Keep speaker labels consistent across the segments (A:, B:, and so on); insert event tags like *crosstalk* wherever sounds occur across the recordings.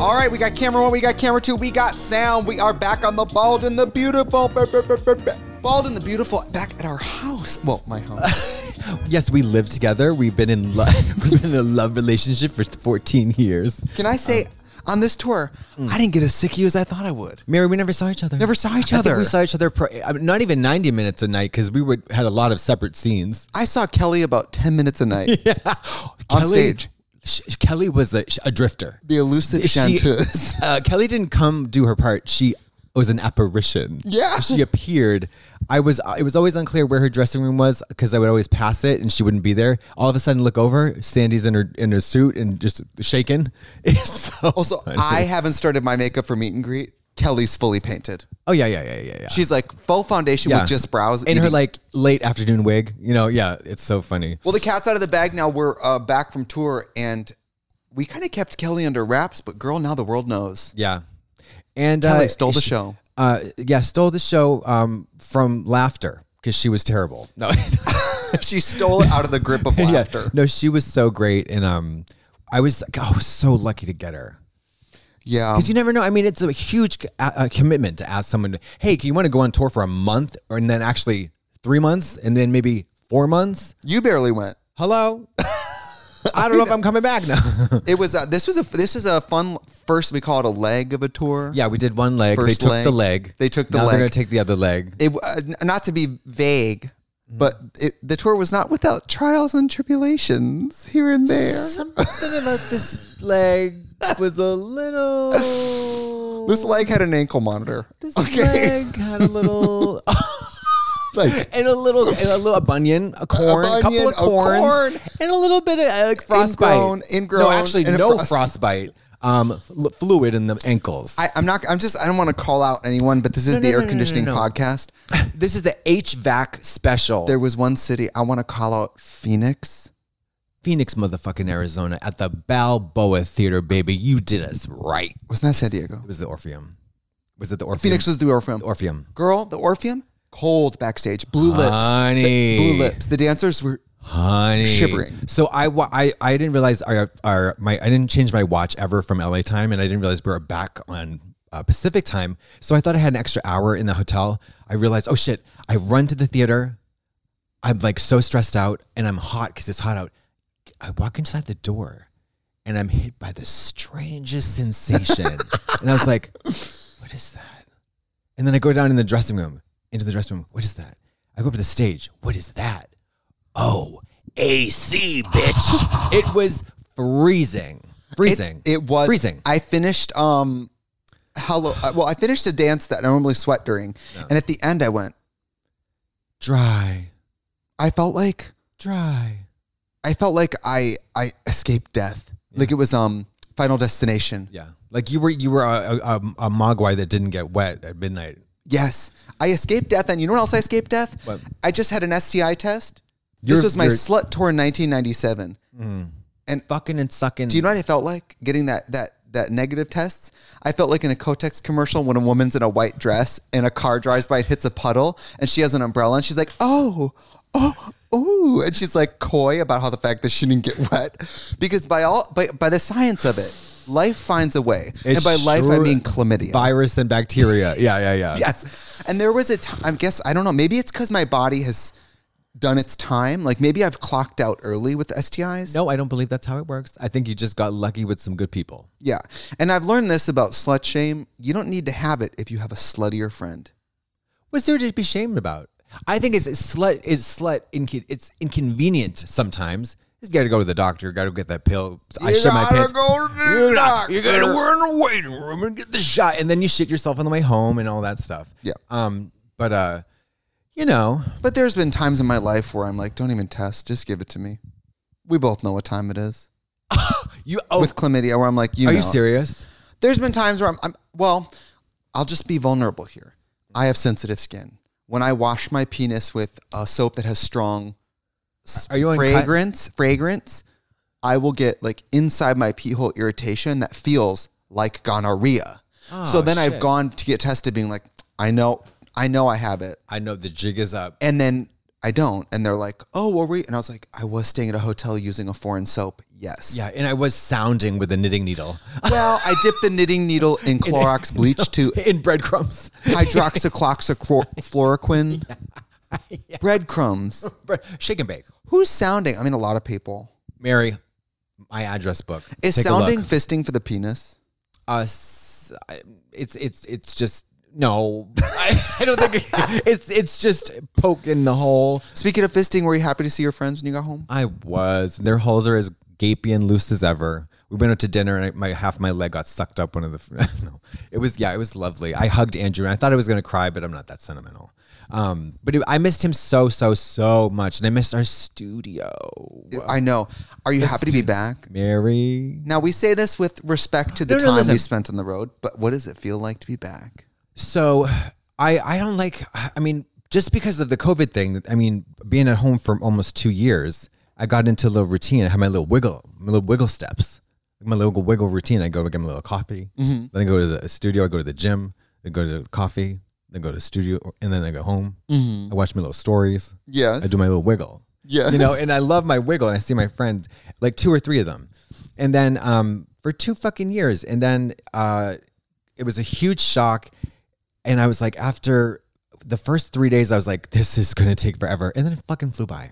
A: All right, we got camera one, we got camera two, we got sound. We are back on the Bald and the Beautiful. Bald and the Beautiful back at our house. Well, my
B: *laughs*
A: house.
B: Yes, we live together. We've been in love. *laughs* We've been in a love relationship for 14 years.
A: Can I say,
B: Um,
A: on this tour,
B: mm.
A: I didn't get as sicky as I thought I would.
B: Mary, we never saw each other.
A: Never saw each
B: I think
A: other.
B: we saw each other pro- I mean, not even 90 minutes a night because we would had a lot of separate *laughs* scenes.
A: I saw Kelly about 10 minutes a
B: *laughs*
A: night, On stage.
B: Sh- Kelly was a, sh- a drifter.
A: the elusive
B: She- *laughs*
A: chanteuse.
B: Uh, Kelly didn't come do her part. She was an apparition.
A: Yeah.
B: she appeared. I was. It was always unclear where her dressing room was because I would always pass it and she wouldn't be there. All of a sudden, look over. Sandy's in her in her suit and just shaking. *laughs* It's so
A: Also,
B: funny.
A: I haven't started my makeup for meet and greet. Kelly's fully painted.
B: Oh yeah, yeah, yeah, yeah, yeah.
A: She's like full foundation with just brows.
B: in her
A: eating-
B: like late afternoon wig. You know, yeah, it's so funny.
A: Well, the cat's out of the bag now. We're uh, back from tour, and we kind of kept Kelly under wraps, but girl, now the world knows.
B: Yeah, and
A: Kelly
B: uh,
A: stole the
B: she-
A: show.
B: Uh, yeah, stole the show um, from laughter because she was terrible.
A: *laughs*
B: No,
A: *laughs* she stole it out of the grip of
B: *laughs* yeah.
A: laughter.
B: no, she was so great, and um, I was I was so lucky to get her.
A: Yeah.
B: Because you never know. I mean, it's a huge uh, uh, commitment to ask someone, "Hey, can you want to go on tour for a month, or and then actually three months, and then maybe four months?"
A: You barely went.
B: *laughs* Hello, I don't know if I'm coming back *laughs* now.
A: It was uh, this was a this is a fun first. We call it a leg of a tour.
B: Yeah, we did one leg.
A: First
B: they took
A: leg.
B: the leg.
A: They took the
B: now
A: leg.
B: They're gonna take the other leg.
A: It uh, n- not to be vague,
B: Mm-hmm.
A: but it, the tour was not without trials and tribulations here and there.
B: *laughs* Something about this leg was a little.
A: This leg had an ankle monitor.
B: *laughs* This leg had a *laughs* little.
A: *laughs* Like,
B: And a little, and a little a bunion, a corn, a,
A: bunion,
B: couple of
A: a
B: corns,
A: corn.
B: and a little bit of uh, like frostbite.
A: Ingrown, ingrown,
B: no, actually,
A: and a
B: no
A: frost-
B: frostbite. Um, fl- fluid in the ankles.
A: I, I'm not. I'm just. I don't want to call out anyone, but this is
B: No,
A: the
B: no, no,
A: air
B: no, no,
A: conditioning
B: no.
A: podcast.
B: this is the HVAC special.
A: There was one city I want to call out: Phoenix.
B: Phoenix, motherfucking Arizona, at the Balboa Theater, baby. You did us right.
A: Wasn't that San Diego?
B: *laughs* It was the Orpheum. Was it the Orpheum?
A: Phoenix was the Orpheum.
B: Orpheum.
A: Girl, the Orpheum, cold backstage, blue lips,
B: Honey.
A: blue lips. The dancers were.
B: Honey.
A: Shivering.
B: So I, wa- I, I didn't realize our, our, my, I didn't change my watch ever from LA time and I didn't realize we were back on uh, Pacific time. So I thought I had an extra hour in the hotel. I realized, oh shit, I run to the theater. I'm like so stressed out and I'm hot because it's hot out. I walk inside the door and I'm hit by the strangest *laughs* sensation. and I was like, what is that? And then I go down in the dressing room, into the dressing room. What is that? I go up to the stage. What is that? Oh, AC, *laughs* bitch. it was freezing. Freezing.
A: It, it was
B: freezing.
A: I finished. Um, hello. uh, Well, I finished a dance that I normally sweat during, and at the end, I went.
B: dry,
A: I felt like
B: dry.
A: I felt like I I escaped death. Like it was um Final Destination.
B: Yeah, like you were you were a, a, a mogwai that didn't get wet at midnight.
A: Yes, I escaped death, and you know what else I escaped death?
B: What?
A: I just had an STI test. this
B: You're-
A: was my
B: you're-
A: slut tour in 1997.
B: Fucking and sucking.
A: Do you know what I felt like getting that that that negative tests? I felt like in a Kotex commercial when a woman's in a white dress and a car drives by and hits a puddle, and she has an umbrella, and she's like, "Oh, oh, ooh," and she's like coy about how the fact that she didn't get wet, because by all by by the science of it, life finds a way, and by life I
B: sure-
A: mean chlamydia.
B: virus and bacteria? Yeah, yeah, *laughs* yeah.
A: Yes. And there was a time, I guess, I don't know, maybe it's because my body has done its time. Like maybe I've clocked out early with STIs.
B: No, I don't believe that's how it works. I think you just got lucky with some good people.
A: Yeah. And I've learned this about slut shame. You don't need to have it if you have a sluttier friend.
B: What's there to be shamed about? I think it's, it's slut is slut. Inco- it's inconvenient sometimes. You got to go to the doctor. Got to get that pill. I shit my pants.
A: go to
B: You're not. You're gonna wear in the waiting room and get the shot, and then you shit yourself on the way home and all that stuff.
A: Yeah.
B: Um. But uh, you know,
A: But there's been times in my life where I'm like, don't even test, just give it to me. We both know what time it is.
B: you. Oh,
A: With chlamydia, where I'm like, you
B: are
A: know.
B: you serious?
A: there's been times where I'm, I'm well i'll just be vulnerable here i have sensitive skin when i wash my penis with a soap that has strong s-
B: Are you on cut-
A: fragrance fragrance i will get like inside my pee hole irritation that feels like gonorrhea so then i've
B: Oh, shit.
A: gone to get tested being like i know i know i have it
B: I know the jig is up.
A: and then I don't. And they're like, oh, were we? And I was like, I was staying at a hotel using a foreign soap. Yes.
B: Yeah, and I was sounding with a knitting needle *laughs*
A: Well, I dipped the knitting needle in Clorox bleach to
B: in breadcrumbs.
A: hydroxycloxifluoroquine. Breadcrumbs.
B: Bre- Shake and bake.
A: Who's sounding? I mean, a lot of people.
B: Mary, my address book.
A: Is
B: Take a look.
A: sounding fisting for the penis?
B: us I- it's it's it's just no *laughs* I, I don't think *laughs* it's it's just poking the hole
A: Speaking of fisting, were you happy to see your friends when you got home?
B: i was their holes are as gapy and loose as ever we went out to dinner and I, my half my leg got sucked up one of the *laughs* no it was yeah it was lovely i hugged andrew and i thought i was going to cry but i'm not that sentimental um but it, i missed him so so so much and i missed our studio
A: I know. Are you happy to be back?
B: mary
A: Now, we say this with respect to the
B: No, no,
A: time
B: listen.
A: we spent on the road, but what does it feel like to be back?
B: So I I don't like I mean just because of the COVID thing. I mean being at home for almost two years, I got into a little routine. I had my little wiggle, my little wiggle steps, my little wiggle routine. I go get my little coffee, then I go to the studio, I go to the gym, then go to the coffee, then go to the studio, and then I go home. I watch my little stories.
A: Yes.
B: I do my little wiggle.
A: Yes.
B: You know, and I love my wiggle and I see my friends, like two or three of them. And then um for two fucking years. And then uh it was a huge shock. And I was like, after the first three days, I was like, this is gonna take forever. And then it fucking flew by.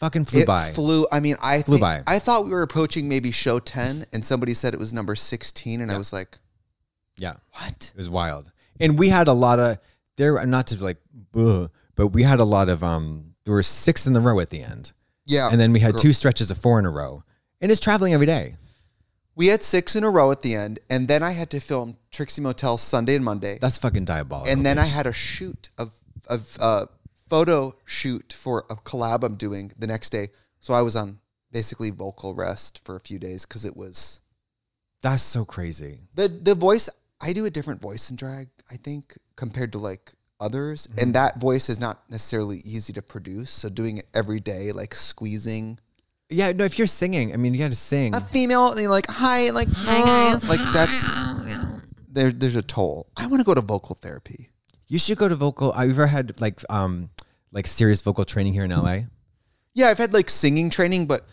B: Fucking flew
A: it
B: by.
A: flew. I mean, I
B: Flew
A: think-
B: by.
A: I thought we were approaching maybe show ten, and somebody said it was number sixteen, and I was like,
B: yeah.
A: "What?"
B: It was wild. And we had a lot of there not to like ugh, but we had a lot of um there were six in the row at the end.
A: Yeah.
B: And then we had
A: Girl.
B: two stretches of four in a row. And it's traveling every day.
A: we had six in a row at the end, and then I had to film Trixie Motel Sunday and Monday,
B: That's fucking diabolical.
A: and then I
B: bitch.
A: had a shoot of of uh, photo shoot for a collab I'm doing the next day. So I was on basically vocal rest for a few days because it was
B: That's so crazy.
A: the the voice I do a different voice in drag, I think, compared to like others. And that voice is not necessarily easy to produce. So doing it every day, like squeezing
B: Yeah, no, if you're singing, I mean, you got to sing.
A: a female and you're like, hi, like hi guys. Like that's there there's a toll. I want to go to vocal therapy.
B: You should go to vocal. I've ever had like um like serious vocal training here in LA.
A: Yeah, I've had like singing training, but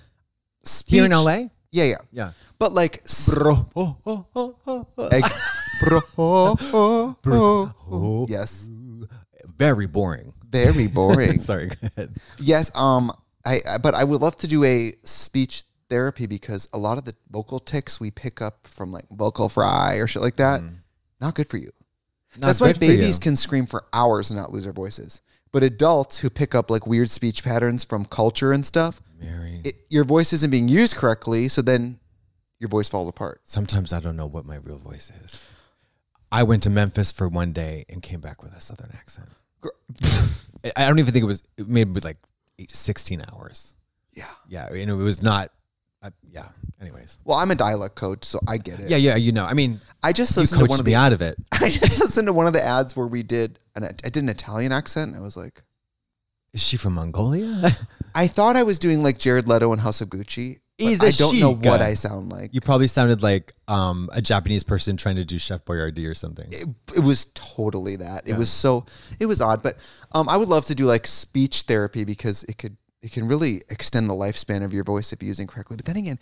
A: speech,
B: Here in LA?
A: Yeah, yeah.
B: Yeah.
A: But like s-
B: Bro. Oh, oh, oh, oh, oh.
A: like, *laughs* bro, oh, oh, oh,
B: Oh.
A: yes.
B: Very boring. *laughs*
A: Very boring.
B: Sorry, go ahead.
A: Yes, um, I, I but I would love to do a speech therapy because a lot of the vocal ticks we pick up from like vocal fry or shit like that, not good for you.
B: Mm. Not
A: That's why
B: good for you.
A: babies can scream for hours and not lose their voices. But adults who pick up like weird speech patterns from culture and stuff,
B: Mary.
A: it, your voice isn't being used correctly, so then your voice falls apart.
B: Sometimes I don't know what my real voice is. I went to Memphis for one day and came back with a southern accent. *laughs* I- I don't even think it was it maybe like eight, 16 hours.
A: Yeah.
B: Yeah, and it was not uh, yeah. Anyways.
A: Well, I'm a dialect coach, so I get it.
B: Yeah, yeah, you know. I mean,
A: I just
B: you
A: listened to
B: coached
A: one of
B: me
A: the
B: out of it.
A: *laughs* I just listened to one of the ads where we did an I did an Italian accent. And I was like,
B: Is she from Mongolia? *laughs*
A: I thought I was doing like Jared Leto in House of Gucci. but
B: He's a
A: I don't know
B: chica.
A: what I sound like.
B: you probably sounded like um, a Japanese person trying to do Chef Boyardee or something.
A: It, it was totally that. It was so it was odd, but um, I would love to do like speech therapy because it could it can really extend the lifespan of your voice if you use it correctly. But then again,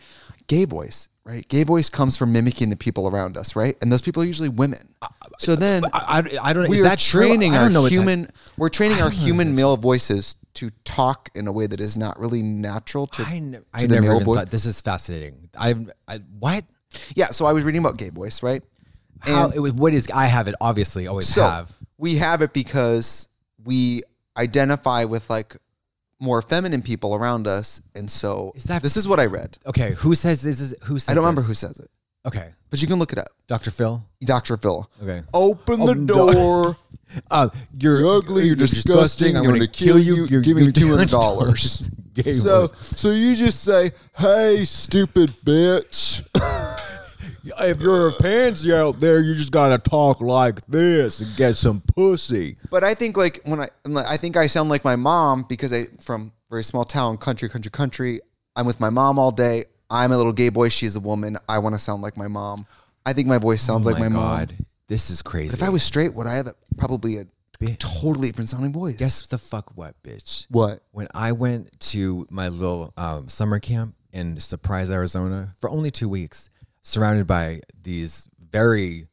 A: gay voice, right? Gay voice comes from mimicking the people around us, right? And those people are usually women. So then
B: I, I, I don't.
A: we
B: Uh, is
A: are
B: that true?
A: training
B: I don't
A: our
B: know what that-
A: human we're training our human male voices to talk in a way that is not really natural to
B: I, n- I
A: to the
B: never
A: male
B: even
A: voice.
B: thought this is fascinating. I'm. I, what?
A: Yeah, so I was reading about gay voice, right?
B: How?
A: And
B: It was, what is? I have it. Obviously, always
A: so
B: have.
A: we have it because we identify with like more feminine people around us, and so
B: Is that-
A: this is what I read.
B: Okay. Who says this is? Who? Said
A: I don't remember who
B: this?
A: says it,
B: Okay.
A: but you can look it up.
B: Dr. Phil.
A: Dr. Phil.
B: Okay.
A: Open the
B: Open the-
A: door.
B: *laughs* Uh, you're,
A: ugly, you're disgusting, I'm gonna kill you, give me $200.
B: *laughs* Gay
A: so,
B: voice.
A: so you just say, "Hey, stupid bitch."
B: *laughs* if you're a pansy out there, you just gotta talk like this and get some pussy.
A: But I think like when I I'm like- I think I sound like my mom because I from very small town, country, country, country. I'm with my mom all day. I'm a little gay boy. She's a woman. I want to sound like my
B: Oh
A: mom. I think my voice sounds like my mom.
B: this is crazy.
A: If I was straight, would I have a, probably a
B: bitch.
A: Totally different sounding voice.
B: Guess the fuck what, bitch.
A: What?
B: When I went to my little um, summer camp in Surprise, Arizona, for only two weeks, surrounded by these very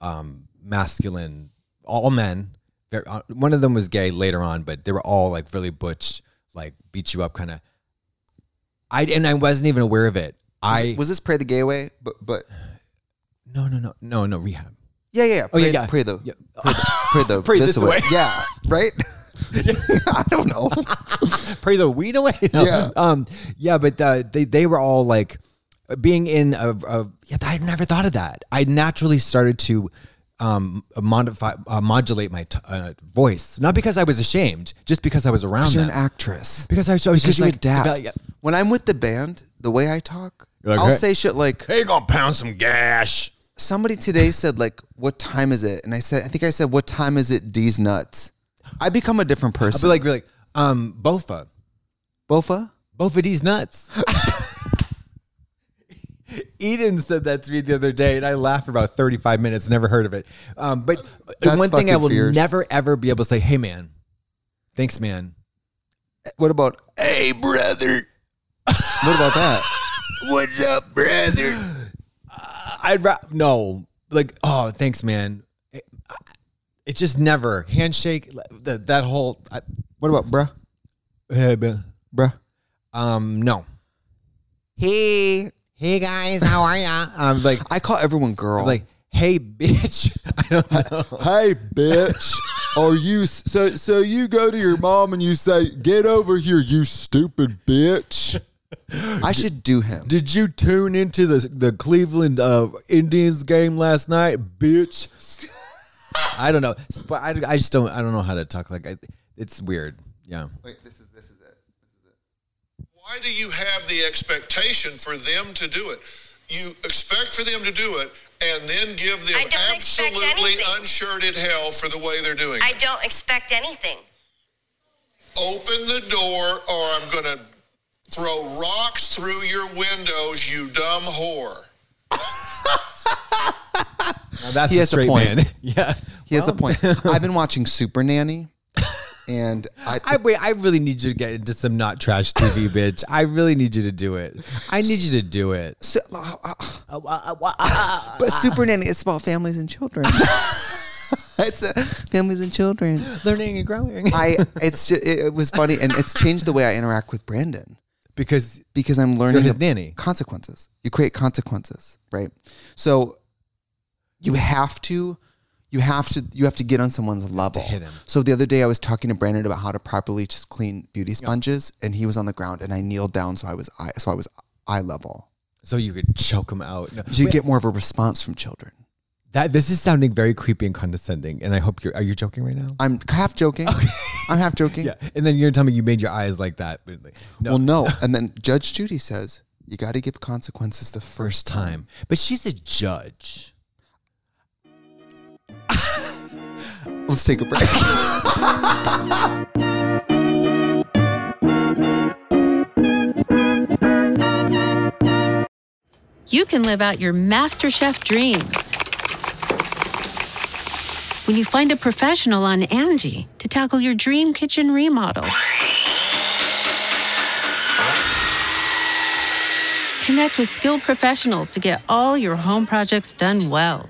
B: um, masculine, all men. Very, uh, one of them was gay later on, but they were all like really butch, like beat you up kind of. I and I wasn't even aware of it. I
A: was this pray the gay away? But but
B: no no no no no rehab.
A: yeah yeah. yeah.
B: Oh
A: Pray,
B: yeah, yeah.
A: pray the
B: Yeah.
A: pray the
B: Pray
A: this,
B: this
A: way.
B: way.
A: *laughs* Yeah,
B: *laughs*
A: right. *laughs* I don't know.
B: pray the weed away. No.
A: Yeah.
B: Um, yeah, but uh, they, they were all like being in a, a yeah, I never thought of that. I naturally started to um, modify, uh, modulate my t- uh, voice, not because I was ashamed, just because I was around
A: You're
B: them.
A: an actress.
B: because I was, I was
A: Because
B: just
A: you
B: like,
A: adapt.
B: develop- yeah.
A: When I'm with the band, the way I talk,
B: You're like,
A: I'll
B: "Hey."
A: say shit like,
B: Hey, gonna pound some gash.
A: somebody today said like what time is it and i said i think i said what time is it D's nuts i become a different
B: I'll be
A: person
B: like, be like, um, Bofa,
A: bofa
B: Bofa these nuts. *laughs* Eden said that to me the other day, and I laughed for about 35 minutes, never heard of it. Um, but
A: That's
B: one thing I
A: fucking
B: will
A: fierce.
B: never, ever be able to say, hey, man, thanks, man.
A: what about
C: Hey, brother.
A: what about that
C: What's up, brother?
B: I'd ra- no, like, oh, thanks, man. It, it just never, handshake, that, that whole, I,
A: what about bruh
B: hey, man.
A: bruh
B: Um, no.
A: hey
B: Hey, guys, how are ya? I'm like,
A: i call everyone girl
B: I'm like, hey, bitch. *laughs* I don't know.
A: hey bitch are you so so you go to your mom and you say get over here you stupid bitch i should do him
B: Did you tune into the the Cleveland uh, Indians game last
A: *laughs*
B: night, bitch? I don't know. Sp- I, I just don't. I don't know how to talk. Like I, it's weird. Yeah.
A: wait this is this is it
D: Why do you have the expectation for them to do it? You expect for them to do it and then give them
E: I don't expect
D: absolutely
E: anything.
D: unshirted hell for the way they're doing
E: I
D: it.
E: don't expect anything.
D: Open the door or I'm going to throw rocks through your windows, you dumb whore.
B: Now that's
A: He
B: a
A: has a
B: straight
A: point.
B: man. *laughs* yeah.
A: he has a *laughs* point i've been watching super nanny and i
B: I wait. I really need you to get into some not trash TV, *laughs* bitch. I really need you to do it. I need you to do it.
A: *laughs* So- uh, but Super Nanny is about families and *laughs* children. it's uh families uh, and children.
B: Learning and growing.
A: I it's just, it, it was funny and it's changed the way I interact with Brandon
B: *laughs* Because
A: because I'm learning
B: You're his
A: ab-
B: nanny.
A: consequences. You create consequences, right? So you have to you have to you have to get on someone's level.
B: hit him.
A: So the other day I was talking to Brandon about how to properly just clean beauty sponges and he was on the ground and I kneeled down so I was eye, so I was eye level.
B: so you could choke him out. No.
A: So you get more of a response from children.
B: That this is sounding very creepy and condescending. And I hope you're. Are you joking right now?
A: I'm half joking. *laughs* I'm half joking.
B: *laughs* Yeah. And then you're telling me you made your eyes like that. But like, no.
A: Well, no. And then Judge Judy says, you got to give consequences the first
B: first time. But she's a judge.
A: time. *laughs* Let's take a break.
F: you can live out your MasterChef dreams. When you find a professional on Angie to tackle your dream kitchen remodel, connect with skilled professionals to get all your home projects done well.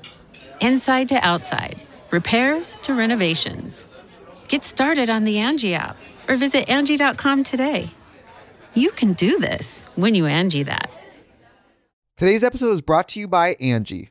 F: Inside to outside, repairs to renovations. Get started on the Angie app or visit Angie.com today. You can do this when you Angie that.
A: Today's episode is brought to you by Angie.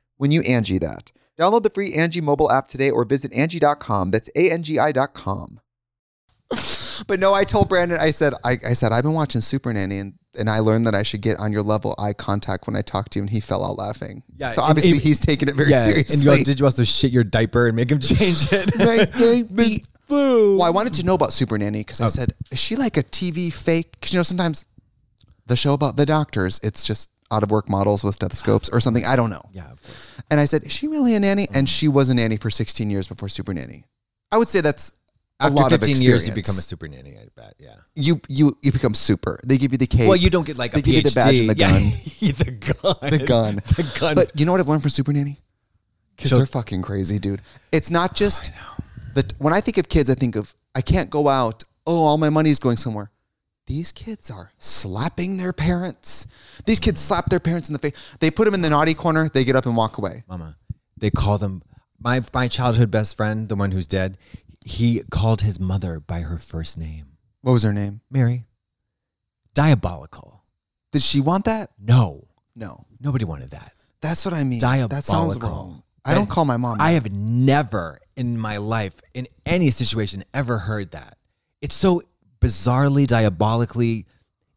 A: when you Angie that. Download the free Angie mobile app today or visit Angie.com. That's A-N-G-I dot com. *laughs* But no, I told Brandon, I said, I, I said, I've been watching Super Nanny and, and I learned that I should get on your level eye contact when I talk to you and he fell out laughing.
B: Yeah,
A: so
B: and-
A: obviously
B: and-
A: he's taking it very seriously.
B: And
A: *laughs*
B: you all, did you also shit your diaper and make him change *laughs* it?
A: Well, I wanted to know about Super Nanny because
B: Oh.
A: I said, is she like a TV fake? Because you know, sometimes the show about the doctors, it's just out of work models with stethoscopes or something. I don't know.
B: yeah, of course.
A: And I said, is she really a nanny?
B: Mm-hmm.
A: And she was a nanny for 16 years before Super Nanny. I would say that's a
B: After
A: lot
B: 15
A: of
B: years,
A: years
B: you become a super nanny. I bet. Yeah.
A: you you you become super. They give you the cake.
B: Well, you don't get like
A: they
B: a
A: give you the badge
B: PhD.
A: and the
B: *laughs* Yeah.
A: gun.
B: *laughs* the gun.
A: the gun.
B: The gun.
A: But you know what I've learned from Super Nanny? Kids
B: Chil-
A: are fucking crazy, dude. It's not just that when I think of kids, I think of I can't go out. Oh, all my money's going somewhere. These kids are slapping their parents. These kids slap their parents in the face. They put them in the naughty corner. They get up and walk away.
B: Mama. They call them my my childhood best friend, the one who's dead. He called his mother by her first name,
A: What was her name?
B: Mary. Diabolical.
A: Did she want that?
B: No,
A: No.
B: nobody wanted that.
A: That's what I mean. That sounds
B: Diabolical.
A: wrong. I don't call my mom.
B: I
A: that.
B: have never in my life, in any situation, ever heard that. It's so bizarrely, diabolically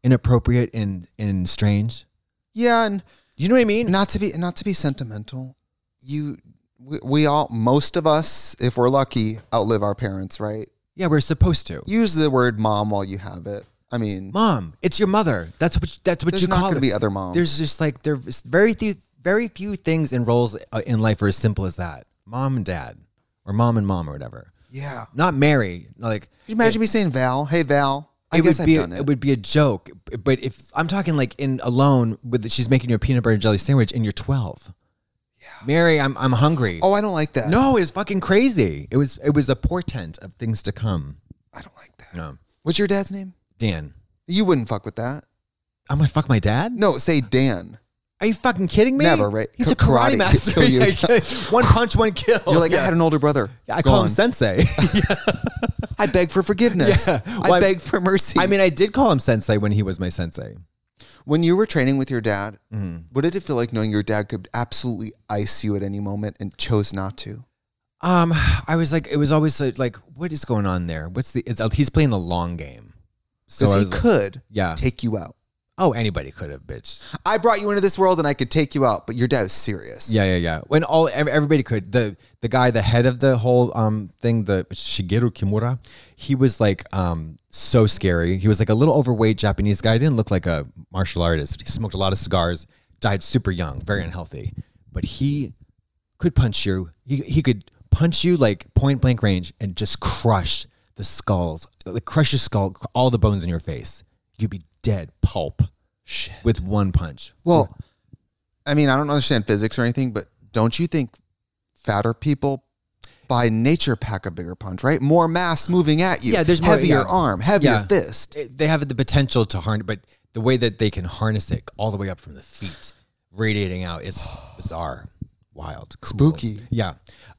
B: inappropriate and and strange.
A: yeah, and
B: You know what I mean?
A: not to be not to be sentimental you we, we all most of us if we're lucky outlive our parents right
B: Yeah, we're supposed to.
A: use the word mom while you have it i mean
B: Mom, it's your mother. That's what that's what
A: There's
B: you
A: not
B: call
A: gonna
B: it.
A: be other moms.
B: There's just like there's very few very few things and roles uh, in life are as simple as that. Mom and dad, or mom and mom, or whatever.
A: yeah
B: Not Mary. Like
A: Could you imagine me saying val hey val i guess
B: would
A: i've
B: be
A: done it,
B: would be a joke, b- but if I'm talking like in alone with she's making you a peanut butter and jelly sandwich and you're 12. Mary, I'm I'm hungry.
A: oh i don't like that
B: no, it's fucking crazy. It was it was a portent of things to come.
A: i don't like that
B: No,
A: what's your dad's name
B: Dan,
A: you wouldn't fuck with that
B: I'm gonna fuck my dad.
A: no say dan
B: Are you fucking kidding me?
A: Never, right?
B: He's a
A: Karate
B: karate,
A: could
B: master.
A: kill you.
B: *laughs* Yeah, one punch, one kill.
A: you're like
B: Oh,
A: i
B: yeah.
A: had an older brother
B: I call him
A: Gone.
B: sensei. *laughs*
A: i beg for forgiveness
B: Yeah. Well,
A: i
B: I'm-
A: beg for mercy
B: I mean, I did call him sensei when he was my sensei.
A: When you were training with your dad,
B: Mm-hmm.
A: what did it feel like knowing your dad could absolutely ice you at any moment and chose not to?
B: Um, I was like, it was always like, like, what is going on there? What's the? It's, he's playing the long game. So
A: Because
B: I
A: he
B: was like,
A: could
B: yeah.
A: take you out.
B: oh, anybody could have, bitch.
A: I brought you into this world and I could take you out, but your dad was serious.
B: Yeah, yeah, yeah. When all ev- everybody could, the the guy, the head of the whole um thing, the Shigeru Kimura, he was like um so scary. He was like a little overweight Japanese guy. He didn't look like a martial artist. He smoked a lot of cigars. Died super young, very unhealthy. But he could punch you. He he could punch you like point blank range and just crush the skulls, like crush your skull, cr- all the bones in your face. You'd be dead pulp. Shit. With one punch.
A: Well, I mean, I don't understand physics or anything, but don't you think fatter people by nature pack a bigger punch, right? More mass moving at you.
B: Yeah, there's more-
A: heavier
B: yeah.
A: arm, heavier
B: Yeah.
A: fist.
B: it- they have the potential to harness, but the way that they can harness it all the way up from the feet, radiating out, is *sighs* bizarre, wild, cool.
A: Spooky.
B: Yeah.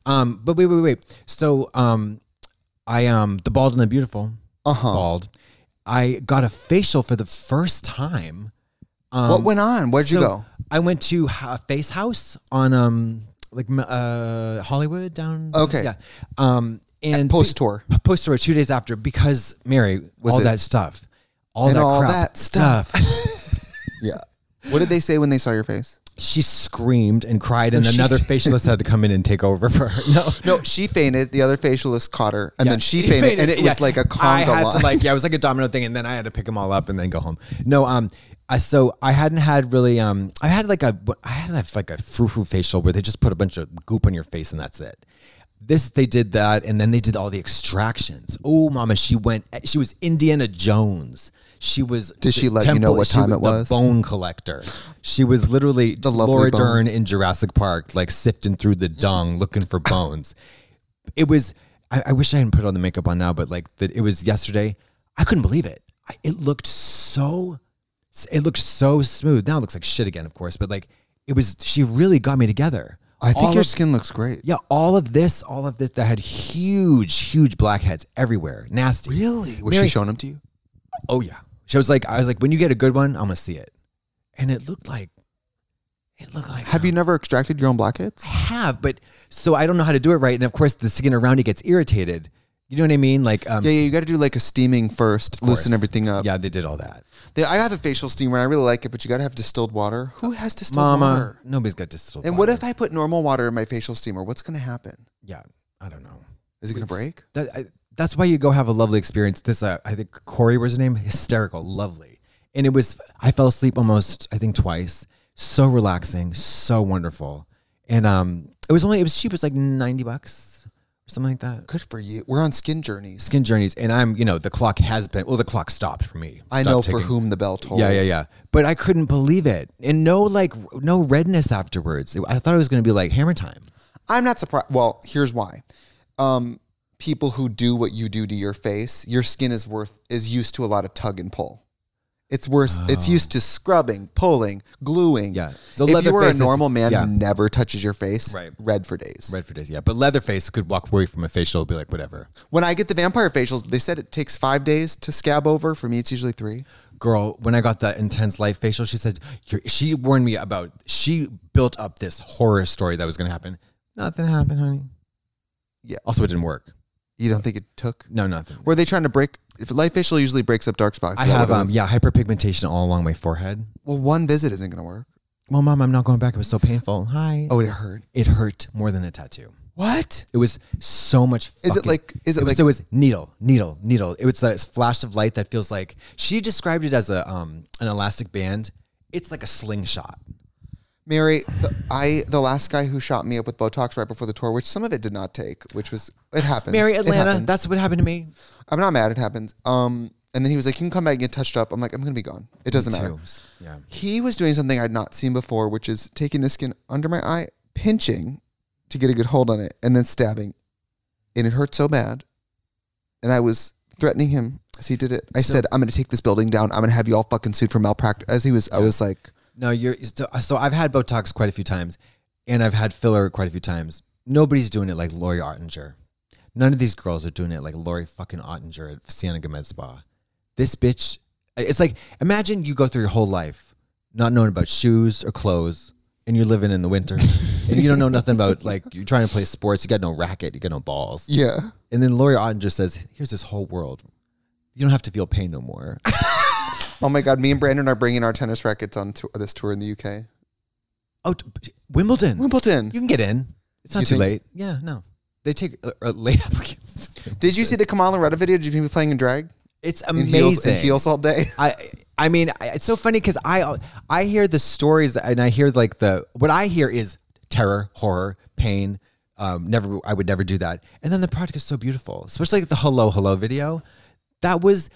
B: Um. But wait, wait, wait. So, um, I um, the bald and the beautiful,
A: Uh-huh.
B: bald. I got a facial for the first time. Um,
A: what went on? Where'd you
B: so
A: go?
B: I went to ha- Face House on um like m- uh Hollywood down.
A: Okay.
B: Yeah. Um and
A: post tour.
B: Post tour two days after because Mary
A: Was
B: all
A: it-
B: that stuff, all
A: And
B: that
A: all
B: crap,
A: that stuff. Yeah. What did they say when they saw your face?
B: *laughs* she screamed and cried, and
A: Oh, she
B: another
A: did.
B: facialist had to come in and take over for her. *laughs* No.
A: No, she fainted. The other facialist caught her, and
B: Yeah.
A: then she fainted, and it was
B: yeah.
A: like a conga
B: I had
A: line.
B: to like yeah, it was like a domino thing, and then I had to pick them all up and then go home. No, um, I, so I hadn't had really um, I had like a I had like a frou frou facial where they just put a bunch of goop on your face and that's it. This they did that, and then they did all the extractions. Oh, mama, she went. She was Indiana Jones. She was.
A: Did she let you know what
B: she
A: time it was?
B: The bone collector. She was literally the
A: lovely
B: Laura
A: bone.
B: Dern in Jurassic Park, like sifting through the dung looking for bones. It was. I, I wish I hadn't put all the makeup on now, but like that, it was yesterday. I couldn't believe it. I, it looked so. It looked so smooth. Now it looks like shit again, of course, but like it was. She really got me together.
A: I think
B: All
A: your
B: of-
A: skin looks great.
B: yeah, all of this, all of this, that had huge, huge blackheads everywhere. Nasty.
A: Really? Was
B: Mary-
A: she showing them to you?
B: Oh yeah. She was like, I was like, when you get a good one, I'm gonna see it. And it looked like, it looked like.
A: Have you never extracted your own blackheads?
B: I have, but so I don't know how to do it right. And of course, the skin around it gets irritated. You know what I mean? Like, um,
A: Yeah, yeah. You got to do like a steaming first,
B: of course.
A: loosen everything up.
B: Yeah, they did all that.
A: They- I have a facial steamer and I really like it, but you got to have distilled water. Who has distilled
B: Mama,
A: water?
B: nobody's got distilled.
A: And what if I put normal water in my facial steamer? What's going to happen?
B: Yeah, I don't know.
A: Is it going to break?
B: That, I, that's why you go have a lovely experience. This, uh, I think Corey was her name, hysterical, lovely. And it was, I fell asleep almost, I think twice. So relaxing, so wonderful. And um, it was only, it was cheap. It was like 90 bucks or something like that.
A: Good for you. We're on skin journeys.
B: Skin journeys. And I'm, you know, the clock has been, well, the clock stopped for me.
A: I
B: Stopped
A: know for
B: ticking.
A: whom the bell tolls.
B: Yeah, yeah, yeah. But I couldn't believe it. And no, like, no redness afterwards. I thought it was going to be like hammer time.
A: I'm not surprised. Well, here's why. Um, people who do what you do to your face, your skin is worth is used to a lot of tug and pull. It's worse. It's used to scrubbing, pulling, gluing.
B: Yeah.
A: So
B: So
A: if
B: leather
A: you were a
B: face is-
A: normal man
B: yeah.
A: who never touches your face,
B: Right.
A: red for days.
B: Red for days, yeah. But Leatherface could walk away from a facial and be like, whatever.
A: When I get the vampire facials, they said it takes five days to scab over. For me, it's usually three.
B: girl when i got that intense light facial she said You're, she warned me about she built up this horror story that was going to happen nothing happened honey
A: Yeah.
B: also it didn't work
A: You don't think it took?
B: no nothing
A: Were they trying to break? If light facial usually breaks up dark spots.
B: i
A: Is that
B: have
A: what it
B: um
A: was?
B: yeah hyperpigmentation all along my forehead
A: Well, one visit isn't going to work.
B: well mom i'm not going back it was so painful hi
A: Oh, it hurt.
B: it hurt more than a tattoo
A: What?
B: it was so much
A: Is it
B: fucking-
A: like- is it
B: was-
A: like-
B: it was needle needle needle it was this flash of light that feels like she described it as a um an elastic band it's like a slingshot
A: Mary, the, I the last guy who shot me up with Botox right before the tour, which some of it did not take, which was it happens.
B: mary
A: It
B: atlanta
A: happens.
B: that's what happened to me
A: I'm not mad. It happens. Um, and then he was like, "You can come back and get touched up." I'm like, "I'm gonna be gone. It doesn't matter."
B: too. yeah
A: He was doing something I'd not seen before, which is taking the skin under my eye, pinching to get a good hold on it, and then stabbing, and it hurt so bad. And I was threatening him as he did it. I
B: So-
A: said, "I'm gonna take this building down. I'm gonna have you all fucking sued for malpractice." As he was, I was like,
B: No, you're so, so I've had Botox quite a few times, and I've had filler quite a few times. Nobody's doing it like Lori Ottinger. None of these girls are doing it like Lori fucking Ottinger at Sienna Gomez Spa. This bitch, it's like imagine you go through your whole life not knowing about shoes or clothes, and you're living in the winter, and you don't know nothing about like you're trying to play sports. You got no racket, you got no balls,
A: "Yeah."
B: and then Lori Ottinger says, "Here's this whole world. You don't have to feel pain no more." *laughs*
A: Oh my God, me and Brandon are bringing our tennis rackets on tou- this tour in the UK.
B: oh, t- Wimbledon.
A: Wimbledon.
B: You can get in. It's not
A: You
B: too
A: think-
B: late. Yeah, no. They take uh, uh, late *laughs* applicants.
A: Did you see the Kamala Retta video? Did you be playing in drag?
B: It's
A: In
B: amazing.
A: heels, in heels all day? *laughs*
B: I I mean, I- it's so funny because I I hear the stories and I hear like the what I hear is terror, horror, pain. Um, never, I would never do that. And then the product is so beautiful, especially like the hello, hello video. That was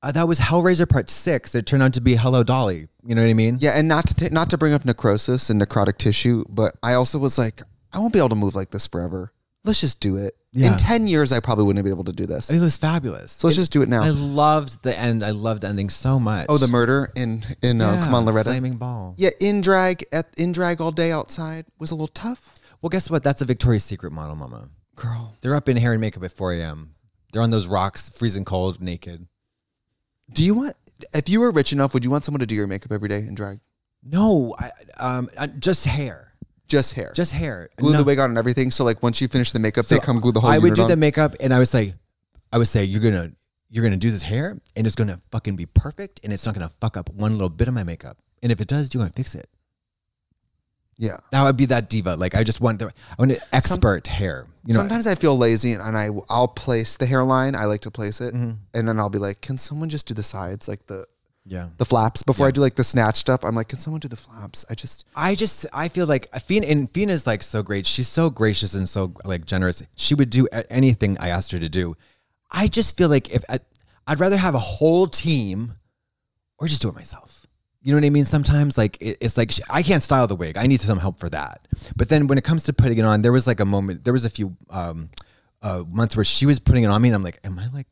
B: uh, that was Hellraiser Part Six. It turned out to be Hello Dolly. You know what I mean?
A: Yeah, and not to ta- not to bring up necrosis and necrotic tissue, but I also was like, I won't be able to move like this forever. Let's just do it.
B: Yeah.
A: In ten years, I probably wouldn't be able to do this.
B: I mean, it was fabulous.
A: So let's just do it now.
B: I loved the end. I loved the ending so much.
A: oh, the murder in in uh,
B: Yeah,
A: Kamala Retta.
B: flaming ball.
A: Yeah, in drag at in drag all day outside was a little tough,
B: Well, guess what? That's a Victoria's Secret model, Mama.
A: girl.
B: They're up in hair and makeup at 4 a.m. They're on those rocks, freezing cold, naked.
A: Do you want? If you were rich enough, would you want someone to do your makeup every day in drag?
B: No, I, um, I- just hair,
A: Just hair.
B: just hair.
A: glue
B: No.
A: the wig on and everything. So like once you finish the makeup, they come glue the whole.
B: I would
A: unit
B: do
A: on.
B: the makeup, and I would say, I would say, you're gonna, you're gonna do this hair, and it's gonna fucking be perfect, and it's not gonna fuck up one little bit of my makeup. And if it does, you're gonna fix it.
A: Yeah.
B: That would be that diva. Like I just want the, I want an expert hair. You know,
A: Sometimes I feel lazy and, and I
B: Mm-hmm.
A: I'll place the hairline. I like to place it, and then I'll be like, "Can someone just do the sides, like the
B: Yeah.
A: The flaps. Before I do like the snatched up, I'm like, can someone do the flaps? I just
B: I just I feel like Fina and Fina's like so great. She's so gracious and so like generous. She would do a- anything I asked her to do. I just feel like if I, I'd rather have a whole team or just do it myself. You know what I mean? Sometimes like it, it's like sh I can't style the wig. I need some help for that. But then when it comes to putting it on, there was like a moment. There was a few um, uh, months where she was putting it on me, and I'm like, am I like?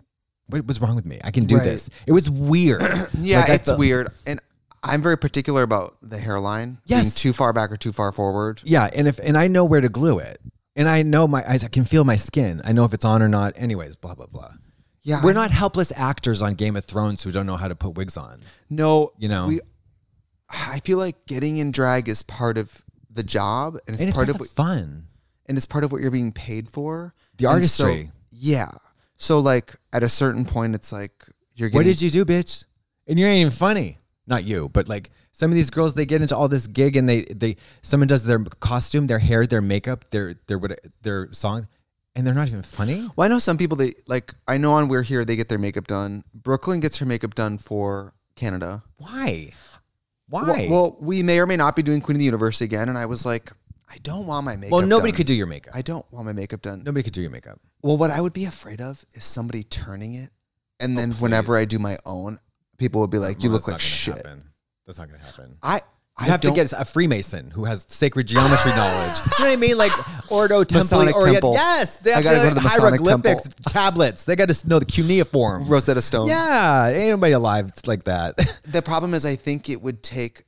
B: What was wrong with me? I can do
A: Right.
B: this. It was weird.
A: *clears throat* yeah,
B: Like, I
A: it's
B: felt-
A: weird. And I'm very particular about the hairline being
B: Yes.
A: too far back or too far forward.
B: Yeah, and if and I know where to glue it, and I know my I can feel my skin. I know if it's on or not. Anyways, blah blah blah.
A: Yeah,
B: We're
A: I-
B: not helpless actors on Game of Thrones who don't know how to put wigs on.
A: No,
B: You know?
A: we, I feel like getting in drag is part of the job, and it's,
B: And it's
A: part
B: part
A: of
B: of
A: what,
B: fun.
A: and it's part of what you're being paid for.
B: The
A: And so-
B: artistry.
A: yeah. So like at a certain point, it's like you're getting.
B: What did you do, bitch? And you ain't even funny. Not you, but like some of these girls, they get into all this gig and they they someone does their costume, their hair, their makeup, their their what their song, and they're not even funny.
A: Well, I know some people. They like I know on We're Here they get their makeup done. Brooklyn gets her makeup done for Canada.
B: Why?
A: Well,
B: Why?
A: well, we may or may not be doing Queen of the Universe again, and I was like, I don't want my makeup.
B: Well, nobody
A: done.
B: could do your makeup.
A: I don't want my makeup done.
B: nobody could do your makeup.
A: Well, what I would be afraid of is somebody turning it,
B: Oh,
A: and then whenever I do my own, people would be like, "You
B: Well,
A: look
B: that's
A: like shit."
B: not gonna Happen. That's not gonna happen.
A: I I
B: You have to
A: don't-
B: get a Freemason who has
A: *laughs*
B: sacred geometry knowledge. You know what I mean? Like Ordo Temple,
A: Masonic
B: Orient-
A: temple.
B: Yes, they
A: I
B: have
A: gotta
B: to
A: go to the Masonic
B: hieroglyphics,
A: temple. *laughs*
B: tablets. They got to know the cuneiform.
A: Rosetta Stone.
B: Yeah, ain't nobody alive like that.
A: *laughs* The problem is, I think it would take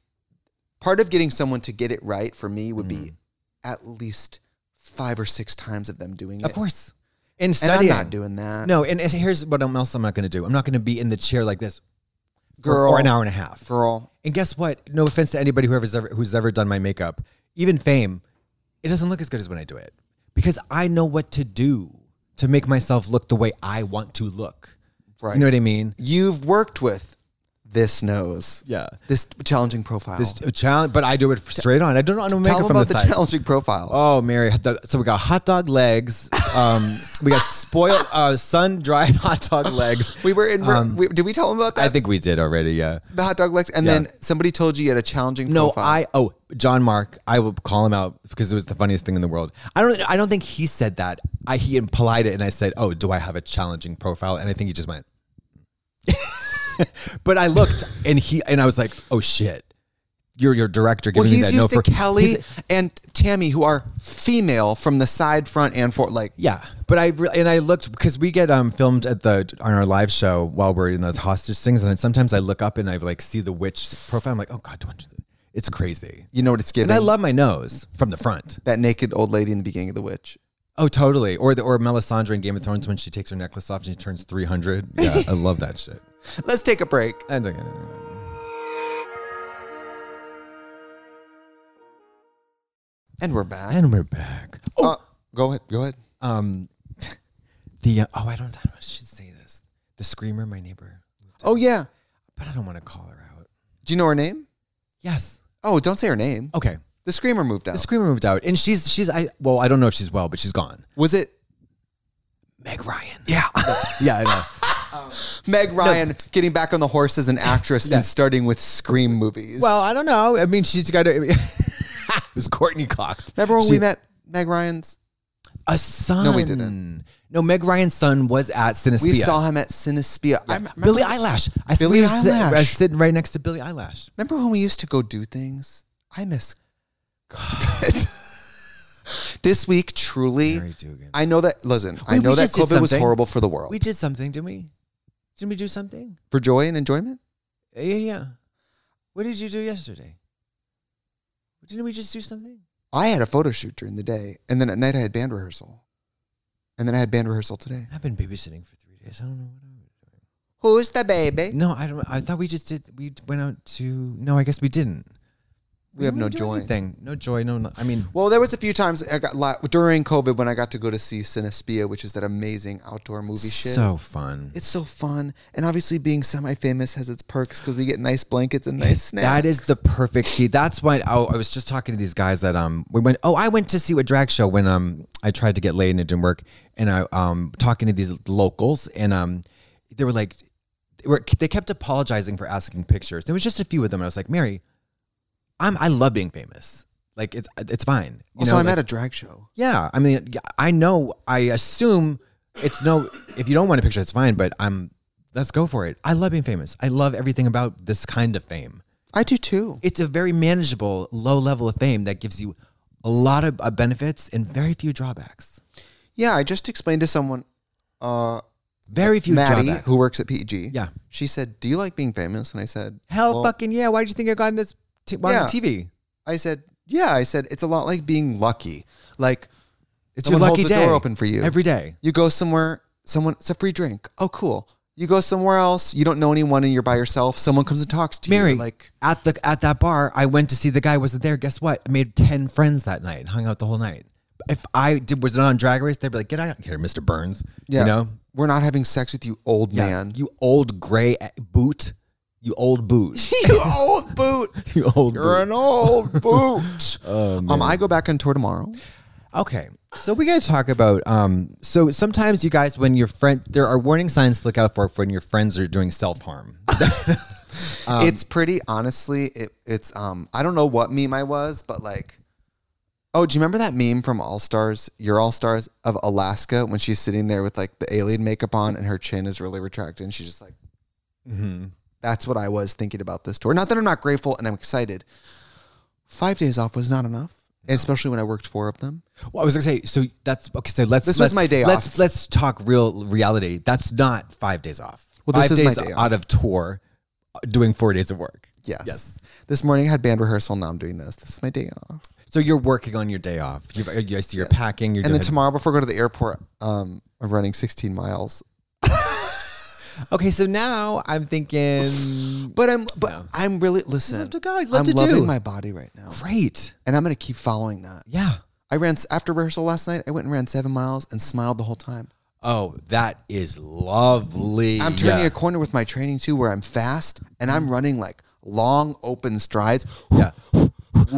A: part of getting someone to get it right for me would be at least five or six times of them doing it.
B: Mm-hmm. of course. And
A: and
B: studying.
A: I'm not doing that.
B: No, and and here's what else I'm not going to do. I'm not going to be in the chair like this, for-
A: girl,
B: or an hour and a half.
A: girl.
B: And guess what? No offense to anybody whoever's ever who's ever done my makeup, even fame, it doesn't look as good as when I do it because I know what to do to make myself look the way I want to look.
A: Right.
B: You know what I mean?
A: You've worked with this nose.
B: Yeah.
A: This challenging profile.
B: This a challenge, but I do it straight on. I don't know
A: Tell
B: makeup
A: them
B: from
A: about
B: the
A: the
B: side.
A: challenging profile.
B: Oh, Mary. the- So we got hot dog legs.
A: *laughs*
B: Um, we got spoiled, uh, sun dried *laughs* hot dog legs.
A: we were in.
B: um,
A: we, did we tell them about that?
B: *laughs* I think we did already. Yeah.
A: the hot dog legs, and
B: Yeah.
A: then somebody told you you had a challenging
B: No,
A: profile.
B: I oh John Mark, I will call him out because it was the funniest thing in the world. I don't I don't think he said that. I he implied it, and I said, "Oh, do I have a challenging profile?" And I think he just went. *laughs* but I looked, and he and I was like, "Oh shit." Your, your director
A: Well,
B: giving me
A: he's
B: that
A: used
B: note
A: to
B: for
A: Kelly
B: he's-
A: and Tammy, who are female from the side, front, and for like.
B: Yeah, but I re- and I looked because we get um filmed at the on our live show while we're in those hostage things, and sometimes I look up and I like see the witch profile. I'm like, "Oh God, don't do that." It's crazy.
A: You know what it's giving?
B: And I love my nose from the front.
A: that naked old lady in the beginning of The Witch.
B: Oh, totally. Or the or Melisandre in Game of Thrones when she takes her necklace off and she turns three hundred. Yeah, I love that shit.
A: Let's take a break.
B: And again,
A: And we're back.
B: and we're back.
A: oh. go ahead. Go ahead.
B: Um, the uh, oh, I don't. I don't- should say this. The screamer, my neighbor,
A: Oh, yeah.
B: but I don't want to call her out.
A: Do you know her name?
B: Yes.
A: Oh, don't say her name.
B: Okay.
A: The screamer moved out.
B: The screamer moved out, and she's she's I well, I don't know if she's well, but she's gone.
A: Was it
B: Meg Ryan.
A: *laughs*
B: Yeah. *laughs* yeah. I know.
A: Meg Ryan getting back on the horse as an
B: *laughs*
A: actress and starting with Scream movies?
B: Well, I don't know. I mean, she's got. A, *laughs* it was Courtney Cox.
A: remember when
B: She-
A: we met Meg Ryan's?
B: a son?
A: No, we didn't.
B: No, Meg Ryan's son was at Synesthesia.
A: We saw him at Cinespia. I m- remember-
B: Billy Eyelash. I
A: Billie
B: Billy Eyelash. I
A: Eilish.
B: was sitting right next to Billy Eyelash.
A: Remember when we used to go do things? I miss
B: *laughs*
A: God. this week, truly,
B: Mary Dugan.
A: I know that. Listen, I
B: Wait,
A: know
B: we
A: that
B: just did
A: COVID was
B: something.
A: horrible for the world,
B: We did something, didn't we? Didn't we do something?
A: for joy and enjoyment.
B: Yeah, yeah, yeah. What did you do yesterday? Didn't we just do something?
A: I had a photo shoot during the day, and then at night I had band rehearsal, and then I had band rehearsal today.
B: I've been babysitting for three days. I don't know what I was doing.
A: Who's the baby?
B: No, I don't. I thought we just did. We went out to. No, I guess we didn't.
A: We have
B: didn't
A: no
B: do
A: joy.
B: Anything. No joy. No. no- I mean,
A: Well, there was a few times I got li during COVID when I got to go to see Cinespia, which is that amazing outdoor movie shit.
B: so fun.
A: it's so fun, and obviously being semi-famous has its perks because we get nice blankets and nice snacks.
B: *laughs* That is the perfect see. That's why oh, I was just talking to these guys that um we went oh I went to see a drag show when um I tried to get laid and it didn't work and I um talking to these locals and um they were like they, were, they kept apologizing for asking pictures. There was just a few of them. And I was like, Mary, I'm I love being famous. Like it's it's fine. You
A: Also,
B: know,
A: I'm
B: like-
A: at a drag show.
B: yeah, I mean, I know. I assume it's no. If you don't want a picture, it's fine. But I'm. Let's go for it. I love being famous. I love everything about this kind of fame.
A: I do too.
B: It's a very manageable, low level of fame that gives you a lot of uh, benefits and very few drawbacks.
A: Yeah, I just explained to someone, uh,
B: Very few
A: Maddie,
B: drawbacks.
A: who works at PEG.
B: Yeah.
A: She said, "Do you like being famous?" And I said,
B: Hell
A: "Well,"
B: fucking yeah! Why did you think I got in this? T- why
A: Yeah.
B: on TV?
A: I said, "Yeah." I said, "It's a lot like being lucky. Like
B: It's
A: Someone
B: your lucky
A: holds the
B: day.
A: door open for you.
B: every day.
A: you go somewhere, someone it's a free drink. Oh, cool. You go somewhere else, you don't know anyone, and you're by yourself. Someone comes and talks to
B: Mary,
A: you. Like,
B: at the at that bar, I went to see the guy wasn't there. Guess what? I made ten friends that night and hung out the whole night. If I did was not on Drag Race, they'd be like, "Get out of here, Mister Burns."
A: yeah,
B: you know,
A: we're not having sex with you, old
B: Yeah.
A: man.
B: you old gray eh, boot, you old boot,
A: *laughs* you old boot.
B: *laughs* you old.
A: You're
B: boot.
A: an old *laughs* boot. um, I go back on tour tomorrow.
B: Okay, so we got to talk about. Um, so sometimes you guys, when your friend, there are warning signs to look out for when your friends are doing self harm.
A: it's pretty honestly. It, it's um. I don't know what meme I was, but like, oh, do you remember that meme from All Stars? Your All Stars of Alaska when she's sitting there with like the alien makeup on and her chin is really retracted and she's just like, that's what I was thinking about this tour. Not that I'm not grateful and I'm excited. Five days off was not enough, and especially when I worked four of them.
B: Well, I was gonna say, so that's okay. So let's.
A: This was
B: let's,
A: my day
B: let's,
A: off.
B: Let's talk real reality. That's not five days off.
A: Well, this
B: five
A: is my
B: days
A: day off.
B: out of tour, uh, doing four days of work.
A: Yes.
B: Yes.
A: This morning I had band rehearsal. Now I'm doing this. This is my day off.
B: So you're working on your day off. You've, you I see you're packing. You're
A: and then
B: doing-
A: tomorrow before I go to the airport, um, I'm running 16 miles.
B: Okay, so now
A: *sighs*
B: I'm thinking.
A: But I'm but I'm really listen.
B: to go. You love
A: I'm
B: to do.
A: loving my body right now,
B: Great.
A: and I'm gonna keep following that.
B: Yeah.
A: I ran s- after rehearsal last night. I went and ran seven miles and smiled the whole time.
B: Oh, that is lovely.
A: I'm turning
B: Yeah. Mm.
A: a corner with my training too, where I'm fast and I'm running like long open strides.
B: Yeah.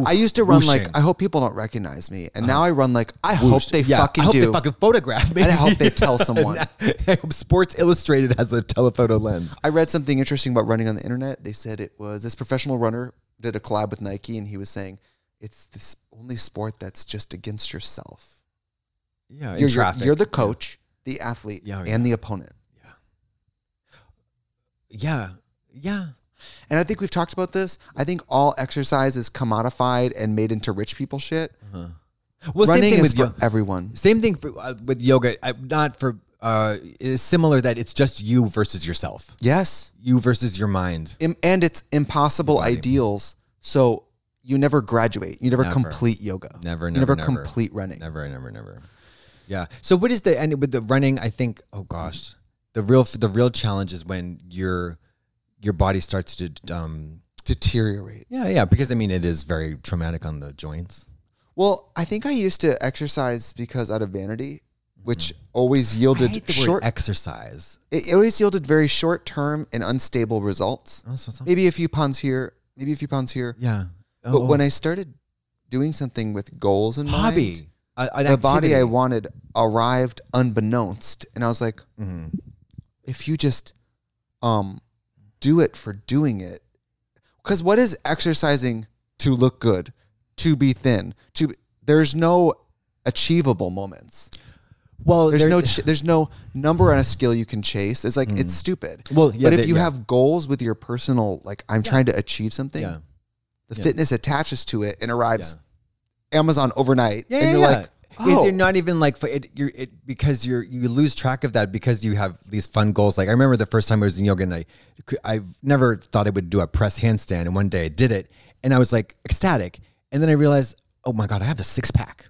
A: I used to run like
B: Whooshing. Uh-huh.
A: I hope people don't recognize me, and now I run like I hope they
B: Yeah,
A: fucking
B: I hope
A: do.
B: they fucking photograph me.
A: And I hope they
B: *laughs*
A: tell someone.
B: I hope Sports Illustrated has a telephoto lens.
A: I read something interesting about running on the internet. They said it was this professional runner did a collab with Nike, and he was saying it's this only sport that's just against yourself.
B: Yeah, in
A: you're, you're-
B: traffic.
A: you're the coach, the athlete,
B: Yeah, oh,
A: and
B: yeah.
A: the opponent.
B: yeah, yeah.
A: And I think we've talked about this. I think all exercise is commodified and made into rich people shit.
B: Well,
A: Running
B: same thing
A: is
B: with
A: for
B: yo-
A: everyone.
B: same thing for, uh, with yoga. I, not for uh, it's similar that it's just you versus yourself,
A: Yes,
B: you versus your mind.
A: Im- and it's impossible
B: Body.
A: ideals. So you never graduate. You never,
B: Never.
A: complete yoga.
B: Never,
A: You never,
B: never, never.
A: complete running.
B: Never, never, never. Yeah. So what is the and with the running? I think. Oh gosh, the real the real challenge is when your your body starts to. Um,
A: Deteriorate.
B: yeah, yeah. Because I mean, it is very traumatic on the joints.
A: Well, I think I used to exercise because out of vanity, which always yielded
B: Mm-hmm. I hate the
A: short.
B: word exercise.
A: it it always yielded very short term and unstable results.
B: Oh, so- so-
A: Maybe a few pounds here. Maybe a few pounds here.
B: Yeah.
A: But when
B: Oh.
A: I started doing something with goals in mind,
B: hobby, a- an
A: the body I
B: activity.
A: wanted arrived unbeknownst, and I was like,
B: Mm-hmm.
A: if you just um do it for doing it, because what is exercising to look good, to be thin, to be, there's no achievable moments.
B: well,
A: There's
B: there-
A: no ch- there's no number on a scale you can chase. It's like it's stupid.
B: Hmm. Well, yeah,
A: but if
B: they-
A: you
B: yeah.
A: have goals with your personal, like I'm trying to achieve something,
B: Yeah.
A: the fitness attaches to it and arrives Amazon overnight.
B: Yeah,
A: and
B: yeah,
A: you're
B: yeah.
A: like,
B: Because
A: oh,
B: you're not even like for it, you're, it because you're you lose track of that because you have these fun goals. Like I remember the first time I was in yoga and I could- I've never thought I would do a press handstand and one day I did it and I was like ecstatic and then I realized oh my god I have a six pack.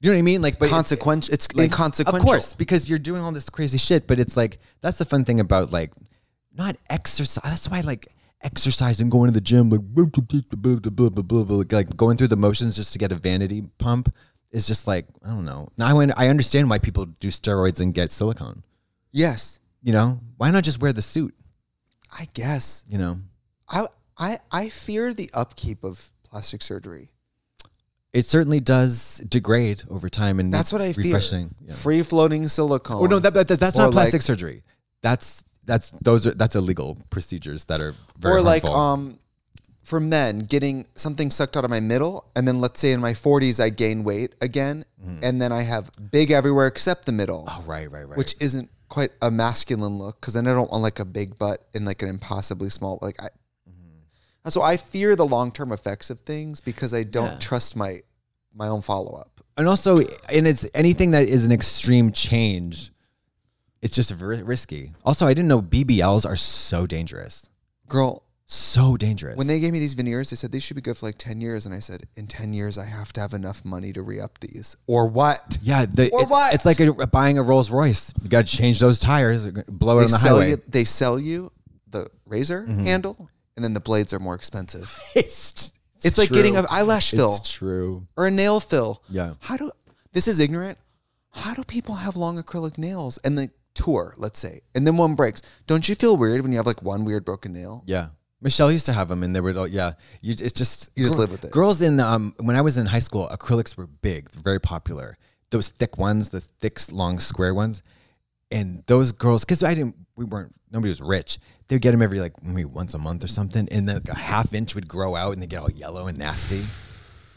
B: You know what I mean? Like but it's-
A: consequential. It's,
B: like,
A: inconsequential.
B: Of course, because you're doing all this crazy shit, but it's like that's the fun thing about like not exercise. That's why like exercise and going to the gym like blah, blah, blah, blah, blah, blah, blah, blah, like going through the motions just to get a vanity pump is just like I don't know. Now I went- I understand why people do steroids and get silicone.
A: Yes,
B: You know, why not just wear the suit?
A: I guess.
B: You know,
A: I I I fear the upkeep of plastic surgery.
B: it certainly does degrade over time, and
A: That's what I fear.
B: Hmm. refreshing. Yeah.
A: Free floating silicone.
B: Oh no, that, that- that's
A: Or
B: not plastic
A: like-
B: surgery. That's that's those are that's illegal procedures that are very
A: or like
B: harmful.
A: um for men getting something sucked out of my middle and then let's say in my 40s i gain weight again and then i have big everywhere except the middle
B: Mm-hmm. Oh, right, right, right.
A: which isn't quite a masculine look because then i don't want like a big butt and like an impossibly small like i
B: Mm-hmm.
A: And so i fear the long-term effects of things because i don't trust my my own follow-up
B: and also and it's anything that is an extreme change it's just ri- risky also i didn't know bbls are so dangerous
A: girl
B: so dangerous
A: when they gave me these veneers they said these should be good for like 10 years and i said in 10 years i have to have enough money to re-up these or what
B: yeah the,
A: Or
B: it's,
A: what?
B: it's like a, buying a rolls royce you gotta change those tires blow it
A: they
B: on the
A: sell
B: highway Mm-hmm.
A: you they sell you the razor handle and then the blades are more expensive.
B: *laughs* it's,
A: It's, like
B: true.
A: getting an eyelash fill
B: it's true
A: or a nail fill.
B: Yeah.
A: How do this is ignorant? How do people have long acrylic nails and they tour, let's say, and then one breaks? Don't you feel weird when you have like one weird broken nail?
B: Yeah. Michelle used to have them, and they were all, yeah. You it's just
A: You just live with it.
B: Girls in um when I was in high school, acrylics were big, very popular. Those thick ones, the thick, long, square ones, and those girls because I didn't, we weren't, nobody was rich. They'd get them every like maybe once a month or something, and then like a half inch would grow out, and they get all yellow and nasty.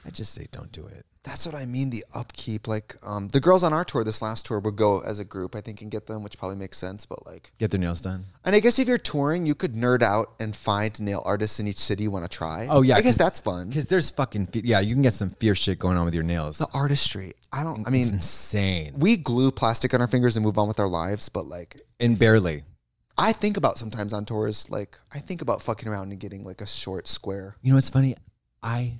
B: I just say don't do it.
A: That's what I mean. The upkeep, like um, the girls on our tour, this last tour, would go as a group, I think, and get them, which probably makes sense. But like,
B: Get their nails done.
A: and I guess if you're touring, you could nerd out and find nail artists in each city you want to try.
B: Oh yeah,
A: I guess
B: 'cause-
A: that's fun.
B: Because there's fucking fe- yeah, you can get some fierce shit going on with your nails.
A: the artistry. I don't. I
B: It's
A: mean,
B: insane
A: we glue plastic on our fingers and move on with our lives, but like,
B: and barely.
A: I think about sometimes on tours, like I think about fucking around and getting like a short square.
B: You know, it's funny. I,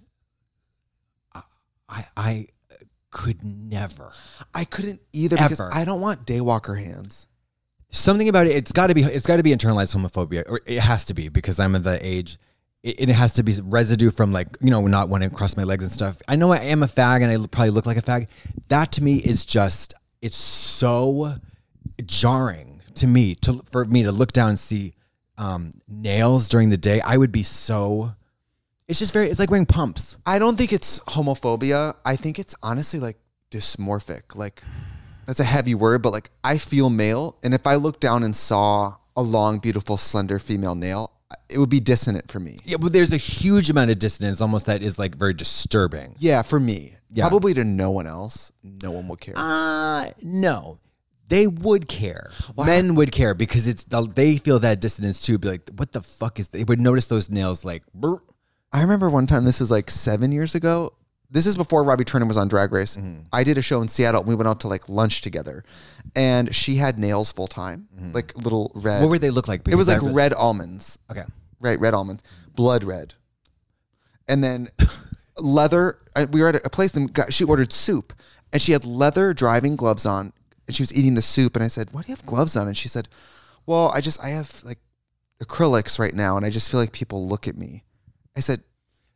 B: I, I could never.
A: I couldn't either because
B: Ever.
A: I don't want daywalker hands.
B: Something about it. It's got to be. It's got to be internalized homophobia, or it has to be because I'm of the age. It, it has to be residue from like you know not wanting to cross my legs and stuff. I know I am a fag, and I l- probably look like a fag. That to me is just. It's so jarring to me to for me to look down and see um, nails during the day. I would be so. It's just very. It's like wearing pumps.
A: I don't think it's homophobia. I think it's honestly like dysmorphic. Like that's a heavy word, but like I feel male, and if I looked down and saw a long, beautiful, slender female nail, it would be dissonant for me.
B: Yeah, but there's a huge amount of dissonance, almost that is like very disturbing.
A: Yeah, for me.
B: Yeah.
A: Probably to no one else. No one will care.
B: Uh no, they would care. Men would care because it's they feel that dissonance too. Be like, what the fuck is? They would notice those nails, like, brr.
A: I remember one time, this is like seven years ago. This is before Robbie Turner was on Drag Race.
B: Mm-hmm.
A: I did a show in Seattle and we went out to like lunch together. And she had nails full time, like little red.
B: Mm-hmm. what would they look like?
A: It was
B: Because I
A: like
B: really-
A: red almonds,
B: Okay,
A: right? Red almonds, blood red. And then *laughs* leather. I, we were at a place and got, she ordered soup and she had leather driving gloves on and she was eating the soup. And I said, Why do you have gloves on? And she said, Well, I just, I have like acrylics right now and I just feel like people look at me. I said,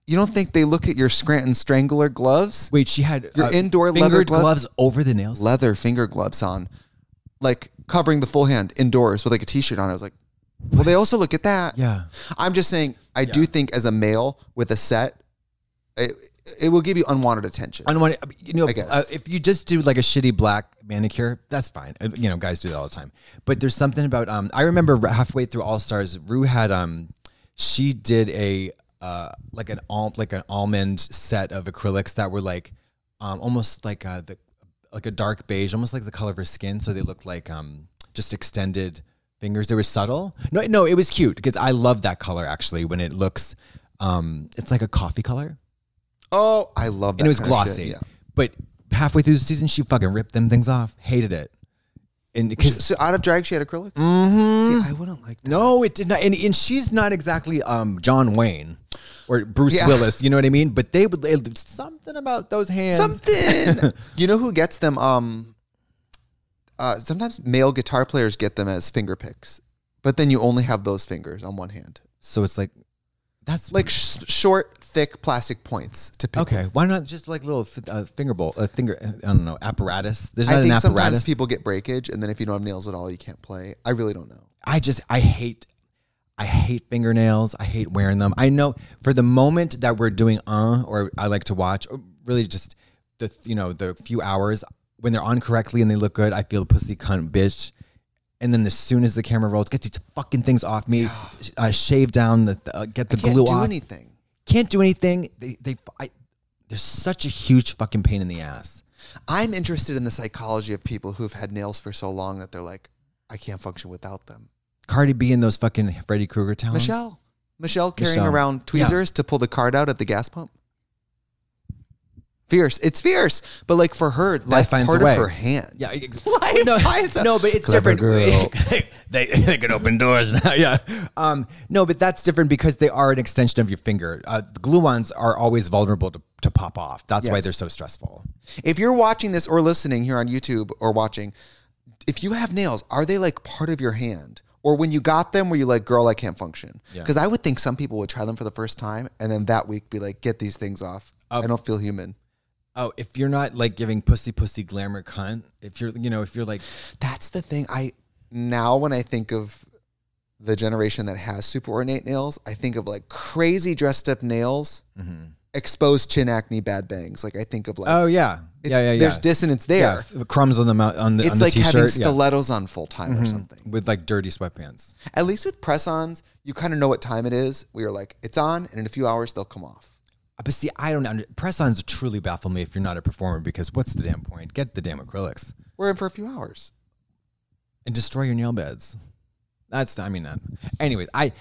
A: You don't think they look at your Scranton Strangler gloves?
B: wait, she had uh,
A: Your indoor leather
B: fingered
A: glove-
B: gloves over the nails.
A: Leather finger gloves on, like covering the full hand indoors with like a t shirt on. I was like, Well, they also look at that.
B: Yeah,
A: I'm just saying, I do think as a male with a set, it, it will give you unwanted attention.
B: I don't want to, you know,
A: I guess.
B: uh, if you just do like a shitty black manicure, that's fine. Uh, You know, guys do that all the time. But there's something about, um, I remember halfway through All Stars, Rue had, um, she did a, uh, like an al- like an almond set of acrylics that were like, um, almost like uh, the, like a dark beige, almost like the color of her skin. So they looked like, um, just extended fingers. They were subtle. No, no, it was cute because I love that color actually when it looks, um, it's like a coffee color
A: oh, I love that.
B: and it was
A: kind of shit,
B: glossy.
A: yeah.
B: But halfway through the season, she fucking ripped them things off. Hated it. And because
A: So out of drag, she had acrylics.
B: Mm-hmm.
A: See, I wouldn't like that.
B: no, it did not. And, and she's not exactly um John Wayne or Bruce
A: Yeah.
B: Willis. You know what I mean? But they would it- something about those hands. *laughs*
A: Something. you know who gets them? Um, uh, sometimes male guitar players get them as finger picks, but then you only have those fingers on one hand,
B: So it's like that's
A: like sh- short, thick plastic points to pick.
B: okay.
A: with.
B: Why not just like little f- uh, finger bowl, a finger? I don't know apparatus. There's not
A: I think
B: an
A: sometimes
B: apparatus.
A: people get breakage, and then if you don't have nails at all, you can't play. I really don't know.
B: I just I hate I hate fingernails. I hate wearing them. I know for the moment that we're doing uh or I like to watch or really just the you know the few hours when they're on correctly and they look good, I feel pussy cunt bitch. And then as soon as the camera rolls, get these fucking things off me, uh, shave down the, uh, get the
A: Can't
B: glue
A: do
B: off.
A: anything.
B: Can't do anything. They, they, I, they're such a huge fucking pain in the ass.
A: I'm interested in the psychology of people who've had nails for so long that they're like, I can't function without them.
B: Cardi B and those fucking Freddy Krueger talents.
A: Michelle. Michelle carrying
B: Oh, Michelle.
A: around tweezers to pull the card out at the gas pump. Fierce. It's fierce. But like for her, that's
B: finds a
A: part
B: way.
A: of her hand. *laughs*
B: Yeah. ex- Oh,
A: Life
B: no,
A: finds a-
B: no, but it's
A: Clever
B: different. *laughs* they, they can open doors now. *laughs* Yeah. Um, no, but that's different because they are an extension of your finger. Uh, the gluons are always vulnerable to, to pop off. That's why
A: Yes.
B: they're so stressful.
A: If you're watching this or listening here on YouTube or watching, if you have nails, are they like part of your hand? Or when you got them, were you like, girl, I can't function? Because I would think some people would try them for the first time and then that week be like, get these things off. I don't feel human.
B: Oh, if you're not like giving pussy pussy glamour cunt, if you're you know if you're like
A: That's the thing. I now when I think of the generation that has super ornate nails, I think of like crazy dressed up nails, exposed chin acne, bad bangs. Like I think of like
B: oh yeah
A: it's-
B: yeah yeah yeah
A: there's dissonance
B: yeah,
A: there.
B: f- crumbs on the mount on the on
A: It's
B: the
A: like
B: t-shirt
A: having
B: yeah. Mm-hmm.
A: stilettos on full time or something.
B: with like dirty sweatpants.
A: At least with press ons, you kind of know what time it is. We are like, it's on, and in a few hours they'll come off.
B: Uh, But see, I don't under- press-ons truly baffle me if you're not a performer because what's the damn point? Get the damn acrylics.
A: We're in for a few hours.
B: and destroy your nail beds. That's I mean, that. anyways, I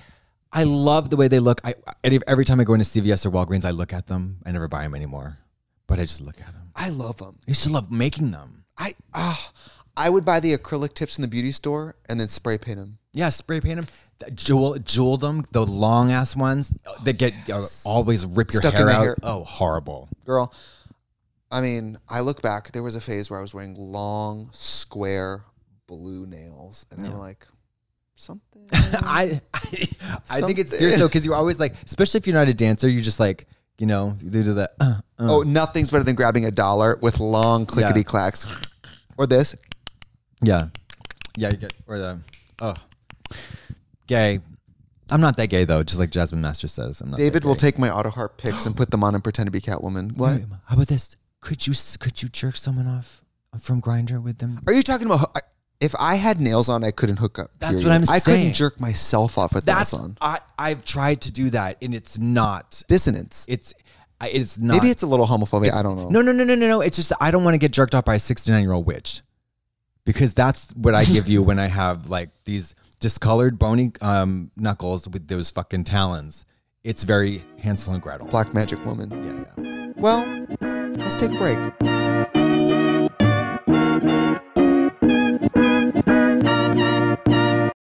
B: I love the way they look. I every every time I go into CVS or Walgreens, I look at them. I never buy them anymore, but I just look at them.
A: I love them.
B: I used to love making them.
A: I ah, I would buy the acrylic tips in the beauty store and then spray paint them.
B: Yeah, spray paint them, jewel jewel them. The long ass ones that get uh, always rip your
A: Stuck in
B: hair
A: my
B: out.
A: hair.
B: Oh, horrible. *laughs*
A: girl. I mean, I look back. There was a phase where I was wearing long, square, blue nails, and I'm like,
B: *laughs*
A: something.
B: I I, I think it's fierce though because you're always like, especially if you're not a dancer, you're just like. You know, you do the *clears throat* uh, uh,
A: oh, nothing's better than grabbing a dollar with long clickety clacks, or this.
B: Yeah. Yeah, you get or the oh. Gay. I'm not that gay though, just like Jasmine Master says. I'm not
A: David
B: that
A: will
B: gay.
A: take my auto heart pics and put them on and pretend to be Catwoman. What?
B: How about this? Could you could you jerk someone off from Grinder with them?
A: Are you talking about? I- If I had nails on, I couldn't hook up.
B: That's what
A: period.
B: I'm
A: I
B: saying.
A: couldn't jerk myself off with
B: That's
A: nails on.
B: I I've tried to do that and it's not
A: Dissonance.
B: it's I- it's not
A: Maybe it's a little homophobia. I don't know.
B: No, no, no, no, no, no. It's just I don't want to get jerked off by a 69 year old witch because that's what I give you when I have like these discolored bony um, knuckles with those fucking talons. It's very Hansel and Gretel.
A: Black magic woman.
B: Yeah, yeah.
A: Well, let's take a break.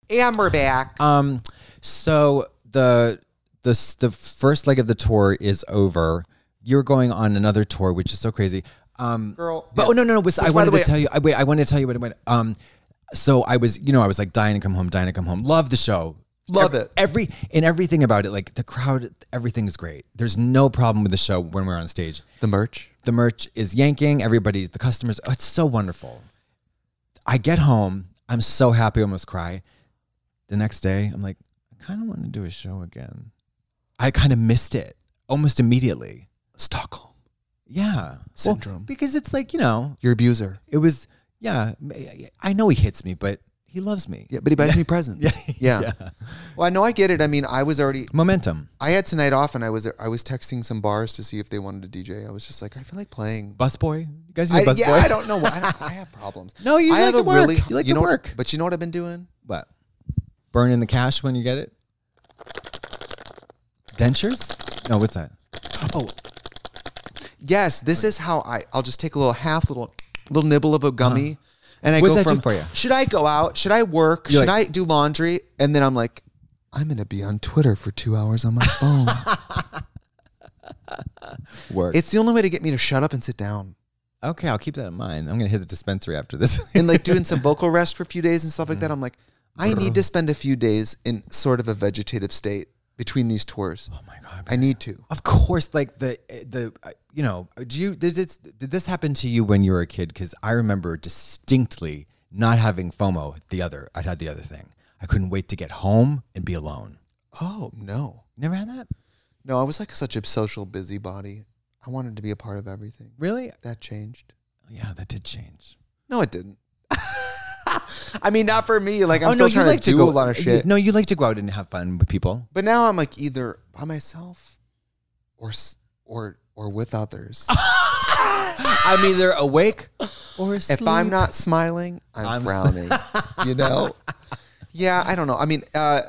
A: And we're back.
B: Um, so the the the first leg of the tour is over. You're going on another tour, which is so crazy. Um,
A: Girl,
B: but oh
A: yes.
B: no, no, no. Was,
A: Which,
B: I
A: by
B: wanted
A: the
B: to
A: way-
B: tell you. I wait. I wanted to tell you what it went. Um, so I was, you know, I was like dying to come home, dying to come home. Love the show.
A: Love
B: Ev-
A: it.
B: Every and everything about it, like the crowd, everything is great. There's no problem with the show when we're on stage.
A: The merch.
B: The merch is yanking. Everybody's the customers. Oh, it's so wonderful. I get home. I'm so happy. I almost cry. The next day, I'm like, I kind of want to do a show again. I kind of missed it almost immediately.
A: Stockholm.
B: Yeah,
A: Syndrome.
B: because it's like you know,
A: Your abuser.
B: it was. Yeah, I know he hits me, but he loves me.
A: Yeah, but he buys
B: *laughs*
A: me presents.
B: Yeah.
A: yeah. Well, I know I get it. I mean, I was already
B: Momentum.
A: I had tonight off and I was I was texting some bars to see if they wanted to DJ. I was just like, I feel like playing.
B: Busboy. You guys
A: I,
B: need a busboy.
A: yeah, I don't know why I, don't-
B: *laughs*
A: I have problems.
B: No, you
A: I
B: like
A: have
B: to
A: a
B: work. You like to
A: know what-
B: work.
A: But you know what I've been doing?
B: What? Burn in the cash when you get it? Dentures? No, what's that? Oh,
A: Yes, this is how I. I'll just take a little half, little, little nibble of a gummy, and I
B: What
A: go
B: does Uh-huh. that
A: from.
B: do for you?
A: Should I go out? Should I work?
B: You're
A: should
B: like-
A: I do laundry? And then I'm like, I'm gonna be on Twitter for two hours
B: *laughs*
A: on my phone.
B: work.
A: it's the only way to get me to shut up and sit down,
B: okay, I'll keep that in mind. I'm going to hit the dispensary after *laughs* this.
A: and like doing some vocal rest for a few days and stuff like that. I'm like, I need to spend a few days in sort of a vegetative state between these tours.
B: oh my God.
A: I need to.
B: of course, like the, the uh, you know, do you, did this, did this happen to you when you were a kid? Because I remember distinctly not having FOMO, the other, I'd had the other thing. I couldn't wait to get home and be alone.
A: Oh no,
B: Never had that?
A: no, I was like such a social busybody. I wanted to be a part of everything.
B: Really?
A: That changed.
B: Yeah, that did change.
A: No, it didn't. *laughs* I mean, not for me. Like I'm
B: Oh,
A: still trying to do
B: go,
A: a lot of shit.
B: No, you like to go out and have fun with people.
A: But now I'm like either by myself or s- or or with
B: *laughs*
A: others.
B: I'm either awake or asleep.
A: if I'm not smiling, I'm,
B: I'm s-
A: frowning.
B: *laughs*
A: you know? Yeah, I don't know. I mean, uh,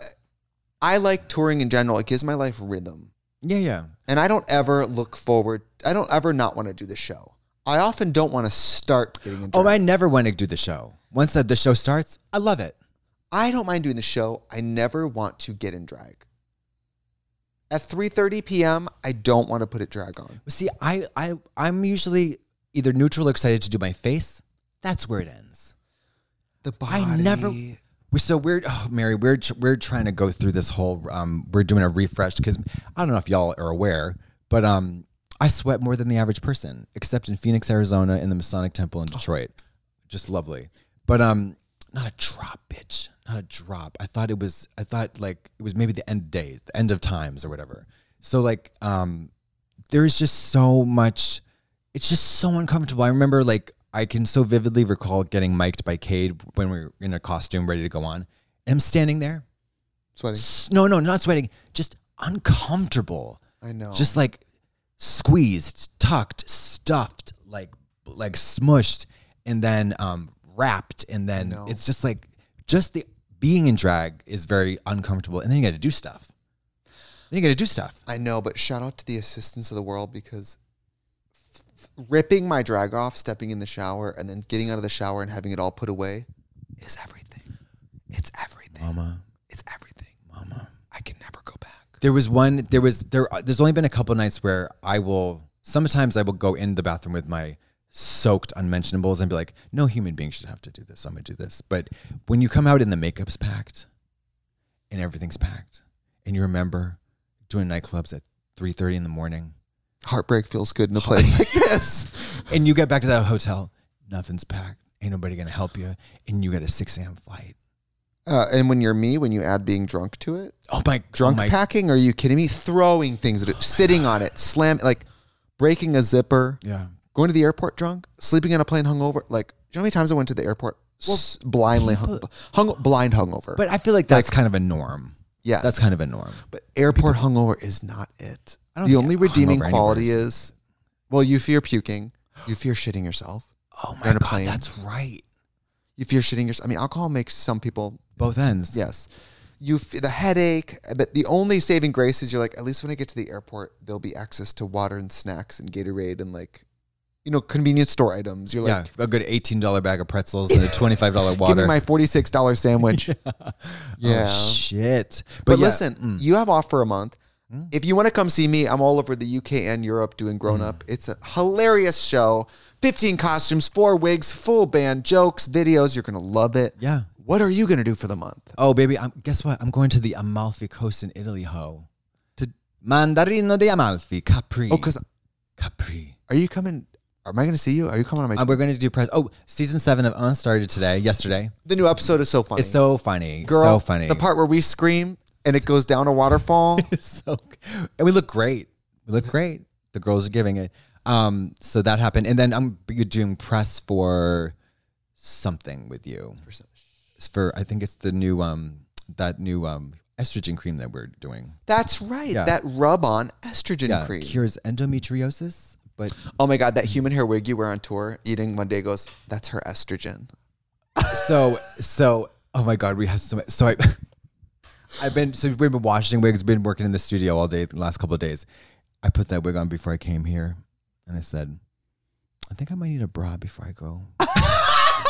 A: I like touring in general. It gives my life rhythm.
B: yeah, yeah,
A: And I don't ever look forward. I don't ever not want to do the show. I often don't want to start getting into
B: Oh,
A: it.
B: I never want to do the show. Once the, the show starts, I love it.
A: I don't mind doing the show. I never want to get in drag. At 3:30 p.m., I don't want to put it drag on.
B: See, I, I, I'm usually either neutral or excited to do my face. That's where it ends.
A: The body.
B: I never. We so we're oh, Mary. We're tr- we're trying to go through this whole. Um, we're doing a refresh because I don't know if y'all are aware, but um, I sweat more than the average person, except in Phoenix, Arizona, in the Masonic Temple in Detroit. Just lovely, but um, not a drop, bitch, not a drop. I thought it was. I thought like it was maybe the end of days, the end of times, or whatever. So like um, there's just so much it's just so uncomfortable. I remember like I can so vividly recall getting mic'd by Cade when we were in a costume ready to go on. And I'm standing there.
A: sweating.
B: s- No, no, not sweating. Just uncomfortable.
A: I know.
B: Just like squeezed, tucked, stuffed, like like smushed and then um wrapped and then
A: know.
B: it's just like just the being in drag is very uncomfortable and then you got to do stuff. Then you got to do stuff.
A: I know, but shout out to the assistance of the world because f- f- ripping my drag off, stepping in the shower, and then getting out of the shower and having it all put away is everything. It's everything.
B: Mama,
A: It's everything.
B: mama.
A: I can never go back.
B: There was one. There was there. There's only been a couple nights where I will. Sometimes I will go in the bathroom with my soaked unmentionables and be like, "No human being should have to do this. So I'm gonna do this." But when you come out and the makeup's packed, and everything's packed, and you remember doing nightclubs at three thirty in the morning,
A: Heartbreak feels good in a place like this.
B: and you get back to that hotel, nothing's packed, ain't nobody gonna help you, and you get a six a.m. flight.
A: *laughs* Uh, and when you're me, when you add being drunk to it,
B: Oh my
A: drunk
B: oh my,
A: packing, are you kidding me? Throwing things at
B: Oh,
A: it, sitting on it, slam, like breaking a zipper,
B: Yeah.
A: going to the airport drunk, sleeping on a plane hungover. Like, do you know how many times I went to the airport s- blindly hung, hung, blind hungover?
B: But I feel like that's kind of a norm.
A: Yes.
B: That's kind of a norm.
A: But airport hungover is not it.
B: I don't
A: the
B: think
A: only
B: hungover
A: redeeming
B: anywhere
A: quality
B: is-
A: is, well, you fear puking, you fear shitting yourself,
B: Oh
A: You're
B: my
A: on a
B: god,
A: plane.
B: that's right.
A: you fear shitting yourself. I mean, alcohol makes some people,
B: Both ends.
A: yes, you f- the headache. But the only saving grace is you're like, at least when I get to the airport, there'll be access to water and snacks and Gatorade and like, you know, convenience store items. You're like,
B: yeah, a good eighteen dollar bag of
A: *laughs*
B: pretzels and a twenty five dollar water.
A: give me my forty six dollar
B: *laughs*
A: sandwich. Yeah.
B: Oh, shit. But,
A: But
B: yeah,
A: listen,
B: mm.
A: you have off for a month. If you want to come see me, I'm all over the UK and Europe doing Grown
B: Mm.
A: Up. It's a hilarious show. 15 costumes, four wigs, full band, jokes, videos. You're going to love it.
B: Yeah.
A: What are you going to do for the month?
B: oh baby, I'm, guess what? I'm going to the Amalfi Coast in Italy, ho. To Mandarino di Amalfi, Capri.
A: Oh, because
B: Capri.
A: are you coming? Am I going to see you? Are you coming on my.
B: Uh, we're going to do press. Oh, season seven of Un started today, yesterday.
A: the new episode is so funny.
B: It's so funny,
A: Girl,
B: so funny.
A: The part where we scream and it goes down a
B: *laughs*
A: waterfall.
B: It's so and we look great. We look great. The girls are giving it. Um, so that happened, and then I'm doing press for something with you. For, for I think it's the new um that new um estrogen cream that we're doing.
A: That's right.
B: Yeah.
A: That rub on estrogen
B: Yeah,
A: cream.
B: cures endometriosis, but
A: Oh my God, that human hair wig you wear on tour, eating one day goes, that's her estrogen.
B: so so oh my god, we have so much. So I, *laughs* I've been so we've been washing wigs, been working in the studio all day the last couple of days. I put that wig on before I came here, and I said, I think I might need a bra before I go *laughs*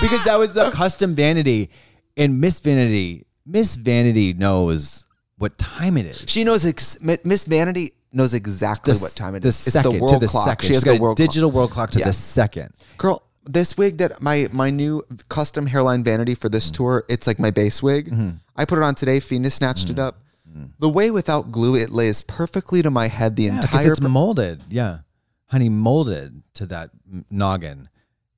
B: because that was the custom vanity, and Miss Vanity, Miss Vanity knows what time it is.
A: She knows ex- Mi- Miss Vanity knows exactly
B: The
A: what time it
B: the
A: is.
B: Second,
A: it's the world
B: to the
A: clock.
B: Second.
A: She has
B: She's got
A: the world
B: a digital
A: clock.
B: world clock to
A: Yeah.
B: the second.
A: Girl, this wig that my my new custom hairline vanity for
B: Mm.
A: this tour, it's like my base wig.
B: Mm-hmm.
A: I put it on today. Fina snatched
B: Mm.
A: it up. The way without glue, it lays perfectly to my head the
B: Yeah, 'cause
A: entire.
B: it's molded. Yeah, honey, molded to that m- noggin.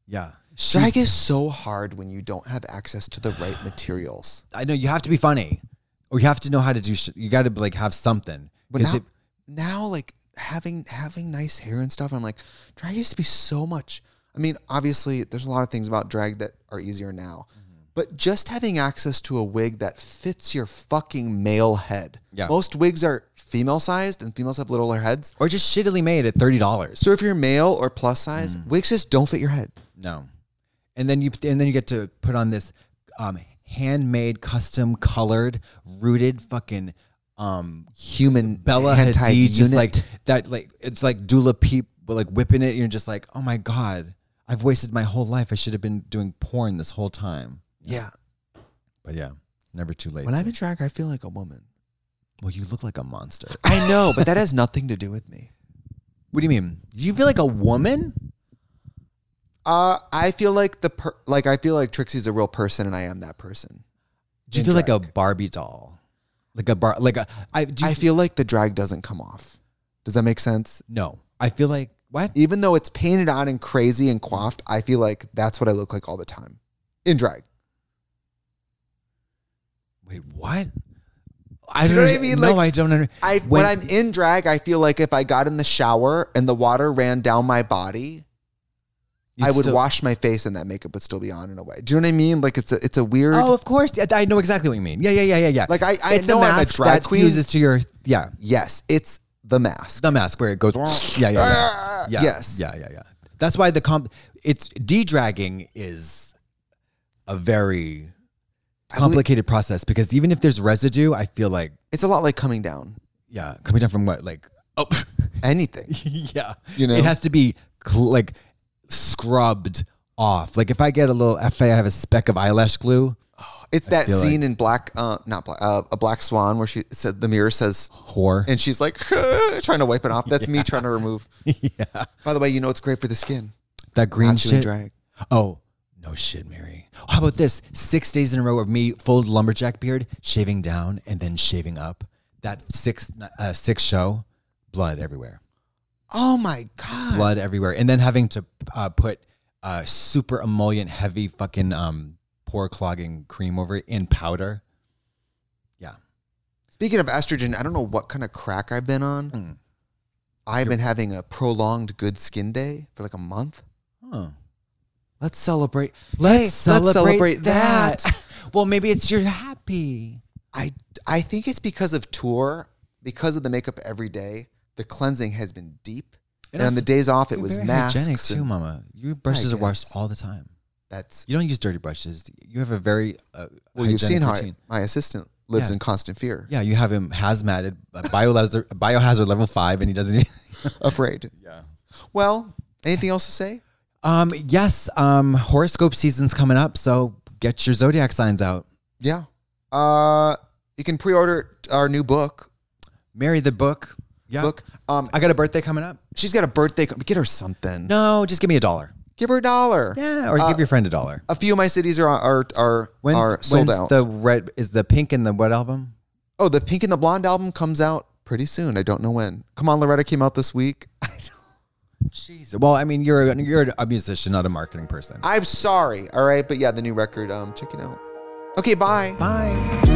B: Yeah,
A: Drag
B: She's-
A: is so hard when you don't have access to the right
B: *sighs*
A: materials.
B: I know you have to be funny, or you have to know how to do. Sh- you got to like have something.
A: But
B: 'Cause
A: now,
B: it-
A: now like having having nice hair and stuff, I'm like, drag used to be so much I mean, obviously, there's a lot of things about drag that are easier now,
B: Mm-hmm.
A: but just having access to a wig that fits your fucking male head.
B: Yeah.
A: Most wigs are female sized and females have littler heads.
B: Or just shittily made at thirty dollars.
A: So if you're male or plus size,
B: Mm.
A: wigs just don't fit your head.
B: No. And then you and then you get to put on this um, handmade, custom colored, rooted fucking um, human Bella
A: hand tied
B: Hadid, just
A: unit.
B: like that, like it's like Dula Peep, but like whipping it. You're just like, oh my god, I've wasted my whole life. I should have been doing porn this whole time.
A: Yeah.
B: But yeah, never too late.
A: When I'm
B: to-
A: in drag, I feel like a woman.
B: well, you look like a monster.
A: I know, but that
B: *laughs*
A: has nothing to do with me.
B: What do you mean? You feel like a woman?
A: Uh, I feel like the per- like I feel like Trixie's a real person, and I am that person.
B: Do you
A: In
B: feel like a
A: drag.
B: Barbie doll? Like a bar? Like a? I, do you
A: I feel like the drag doesn't come off. Does that make sense?
B: no. I feel like what?
A: Even though it's painted on and crazy and coiffed, I feel like that's what I look like all the time in drag.
B: Wait, what? I
A: Do you know what I mean?
B: No,
A: Like,
B: I don't understand.
A: I when, I'm in drag, I feel like if I got in the shower and the water ran down my body, I would wash my face and that makeup would still be on in a way. Do you know what I mean? Like it's a it's a weird.
B: Oh, of course. Yeah, I know exactly what you mean. Yeah, yeah, yeah, yeah, yeah.
A: Like, I- I
B: it's
A: know
B: the
A: I'm a
B: mask
A: drag
B: that
A: queen.
B: fuses to your yeah,
A: Yes, it's the mask.
B: the mask where it goes. *sniffs* Yeah, yeah, yeah. yeah
A: Yes.
B: Yeah, yeah, yeah. That's why the comp. It's de-dragging is a very complicated process because even if there's residue, I feel like
A: It's a lot like coming down.
B: yeah, coming down from what like *laughs* oh
A: Anything.
B: yeah.
A: You know?
B: it has to be cl- like scrubbed off. Like if I get a little, if I have a speck of eyelash glue,
A: It's that
B: feel
A: scene in Black, uh, not Black, uh, a Black Swan where she said the mirror says,
B: whore.
A: and she's like *laughs* trying to wipe it off. That's me trying to
B: *laughs*
A: remove. yeah. By the way, you know it's great for the skin.
B: that green
A: Not doing
B: shit.
A: drag.
B: Oh no, shit, Mary. How about this? Six days in a row of me full lumberjack beard, shaving down and then shaving up. That six uh, six show, blood everywhere,
A: Oh my god.
B: blood everywhere, and then having to uh, put uh, super emollient, heavy fucking um, pore clogging cream over it in powder. Yeah.
A: Speaking of estrogen, I don't know what kind of crack I've been on.
B: Hmm.
A: I've been having a prolonged good skin day for like a month.
B: Oh.
A: Let's celebrate.
B: Let's,
A: Hey,
B: celebrate, that.
A: that.
B: *laughs* well, maybe it's you're happy.
A: I I think it's because of tour, because of the makeup every day. The cleansing has been deep, and,
B: And
A: on
B: also,
A: the days off, it
B: You're
A: was
B: very
A: masks.
B: hygienic too,
A: and
B: Mama. Your brushes are washed
A: guess.
B: all the time.
A: That's
B: You don't use dirty brushes. You have a very uh,
A: well, you've seen
B: hygienic
A: how
B: routine.
A: my assistant lives
B: Yeah.
A: in constant fear,
B: Yeah, you have him hazmated, uh, biohazard, biohazard level five, and he doesn't. Even, *laughs*
A: afraid. Yeah. Well, anything else to say?
B: um, yes, um, horoscope season's coming up, so get your zodiac signs out.
A: Yeah. Uh, you can pre-order our new book.
B: Marry the book. Yeah,
A: Book. Um,
B: I got a birthday coming up.
A: she's got a birthday. co- Get her something.
B: No, just give me a dollar.
A: Give her a dollar.
B: Yeah, or give your friend a dollar.
A: A few of my cities are are are, Uh, are sold
B: when's
A: out.
B: the red is the pink and the what album?
A: oh, the Pink and the Blonde album comes out pretty soon. I don't know when. Come on, Loretta came out this week. *laughs*
B: Jesus. Well, I mean, you're a, you're a musician, not a marketing person.
A: I'm sorry. All right, but yeah, the new record. Um, check it out. Okay, bye.
B: Bye.